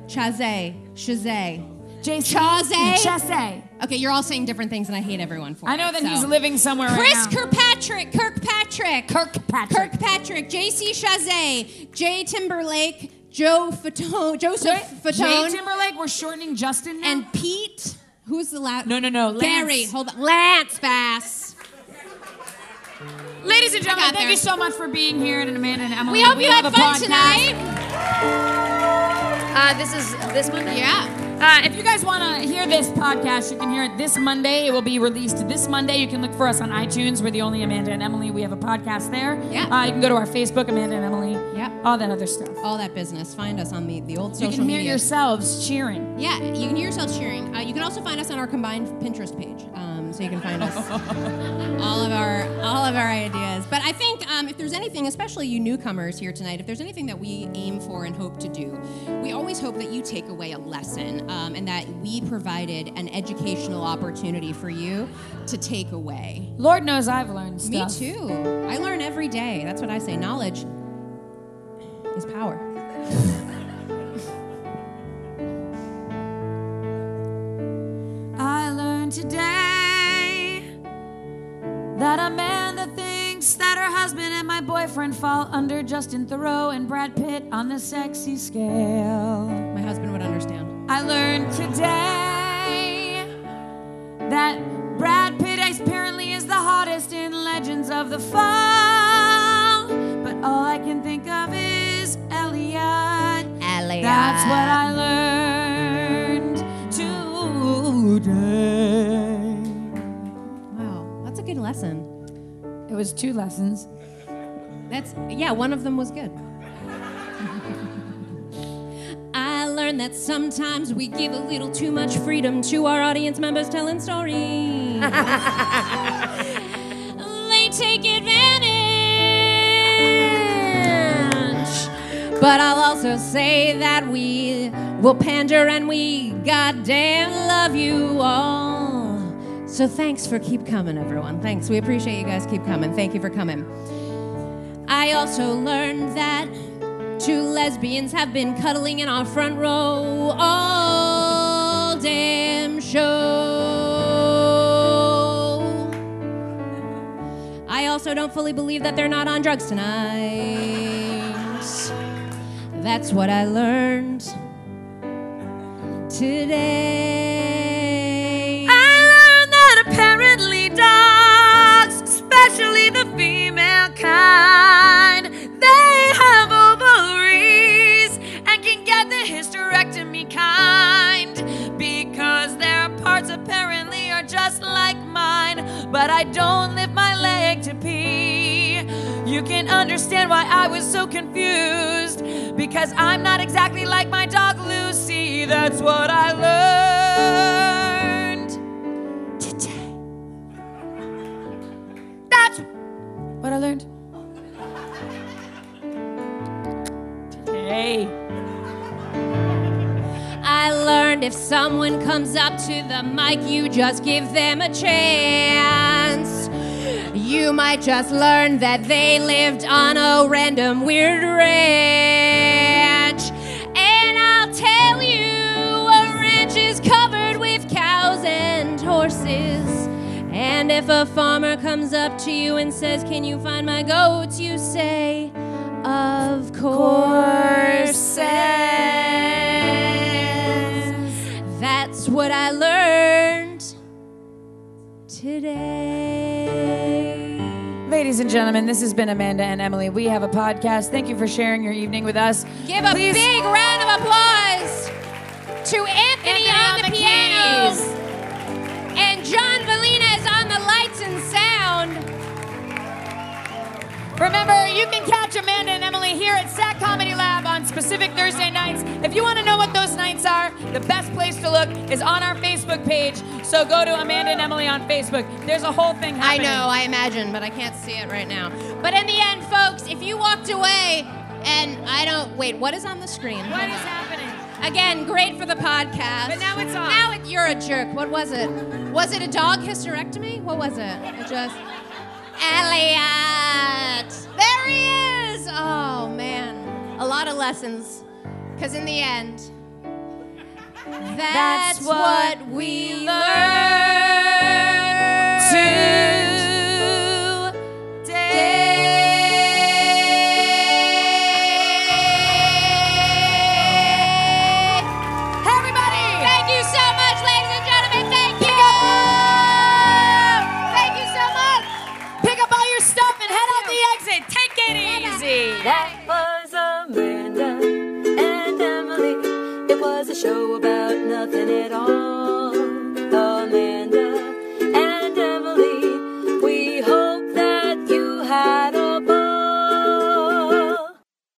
Speaker 8: Chazay. Shazay.
Speaker 7: J.C.
Speaker 8: Chazay?
Speaker 7: Chazay.
Speaker 8: Okay, you're all saying different things and I hate everyone for it.
Speaker 7: I know that
Speaker 8: so.
Speaker 7: he's living somewhere
Speaker 8: Chris
Speaker 7: right now.
Speaker 8: Kirkpatrick, Kirkpatrick,
Speaker 7: Kirkpatrick.
Speaker 8: Kirkpatrick, J.C. Chazet, Jay Timberlake, Joe Fatone, Joseph
Speaker 7: Jay
Speaker 8: Fatone,
Speaker 7: Timberlake. We're shortening Justin now.
Speaker 8: and Pete. Who's the loud?
Speaker 7: No, no, no, Lance.
Speaker 8: Gary, hold on. Lance Bass.
Speaker 7: ladies and gentlemen,
Speaker 8: got
Speaker 7: thank
Speaker 8: there.
Speaker 7: you so much for being here and Amanda and Emily.
Speaker 8: We hope you
Speaker 7: have
Speaker 8: had
Speaker 7: a
Speaker 8: fun
Speaker 7: podcast.
Speaker 8: tonight.
Speaker 1: Uh, this is this Monday.
Speaker 8: Yeah.
Speaker 7: Uh, if you guys want to hear this podcast, you can hear it this Monday. It will be released this Monday. You can look for us on iTunes. We're the only Amanda and Emily. We have a podcast there.
Speaker 8: Yeah.
Speaker 7: Uh, you can go to our Facebook, Amanda and Emily.
Speaker 8: Yep.
Speaker 7: All that other stuff.
Speaker 8: All that business. Find us on the, the old
Speaker 7: you
Speaker 8: social
Speaker 7: can hear
Speaker 8: media.
Speaker 7: yourselves cheering.
Speaker 8: yeah, you can hear yourselves cheering. Uh, you can also find us on our combined Pinterest page, um, so you can find us all of our all of our ideas. But I think um, if there's anything, especially you newcomers here tonight, if there's anything that we aim for and hope to do, we always hope that you take away a lesson um, and that we provided an educational opportunity for you to take away.
Speaker 7: Lord knows I've learned
Speaker 8: Me
Speaker 7: stuff.
Speaker 8: too. I learn every day. That's what I say. Knowledge is power.
Speaker 7: I learned today that a man that thinks that her husband and my boyfriend fall under Justin Thoreau and Brad Pitt on the sexy scale.
Speaker 8: My husband would understand.
Speaker 7: I learned today that Brad Pitt apparently is the hottest in Legends of the Fall. But all I can think of is Elliot.
Speaker 8: Elliot.
Speaker 7: That's what I learned today.
Speaker 8: Wow, that's a good lesson.
Speaker 7: It was two lessons.
Speaker 8: That's yeah, one of them was good. I learned that sometimes we give a little too much freedom to our audience members telling stories. they take advantage. But I'll also say that we will pander and we goddamn love you all. So thanks for keep coming, everyone. Thanks. We appreciate you guys keep coming. Thank you for coming. I also learned that two lesbians have been cuddling in our front row all damn show. I also don't fully believe that they're not on drugs tonight.
Speaker 4: That's what I learned today.
Speaker 1: I learned that apparently dogs, especially the female kind, they have ovaries and can get the hysterectomy kind because their parts apparently are just like mine, but I don't lift my leg to pee. You can understand why I was so confused because I'm not exactly like my dog Lucy. That's what I learned today. That's what I learned today.
Speaker 4: I learned if someone comes up to the mic, you just give them a chance. You might just learn that they lived on a random weird ranch. And I'll tell you, a ranch is covered with cows and horses. And if a farmer comes up to you and says, Can you find my goats? you say, Of course. That's what I learned today.
Speaker 1: Ladies and gentlemen, this has been Amanda and Emily. We have a podcast. Thank you for sharing your evening with us.
Speaker 2: Give a
Speaker 1: Please-
Speaker 2: big round of applause to Anthony, on, the, piano and John Valina is on the lights and sound.
Speaker 1: Remember, you can catch Amanda and Emily here at SAC Comedy Lab on specific Thursday nights. If you want to know what those nights are, the best place to look is on our Facebook page. So go to Amanda and Emily on Facebook. There's a whole thing
Speaker 2: I
Speaker 1: happening.
Speaker 2: know, I imagine, but I can't see it right now. But in the end, folks, if you walked away and I don't wait, what is on the screen?
Speaker 1: What is happening?
Speaker 2: Again, great for the podcast.
Speaker 1: But now it's off.
Speaker 2: Now it, you're a jerk. What was it? Was it a dog hysterectomy? What was it? It just Elliot. There he is. Oh man, a lot of lessons. Cause in the end, that's, what, we learned.
Speaker 1: Everybody!
Speaker 2: Thank you so much, ladies and gentlemen. Thank you. Thank you so much.
Speaker 1: Pick up all your stuff and head out the exit. Take it easy.
Speaker 9: That was Amanda and Emily. It was a show about nothing at all. Amanda and Emily, we hope that you had a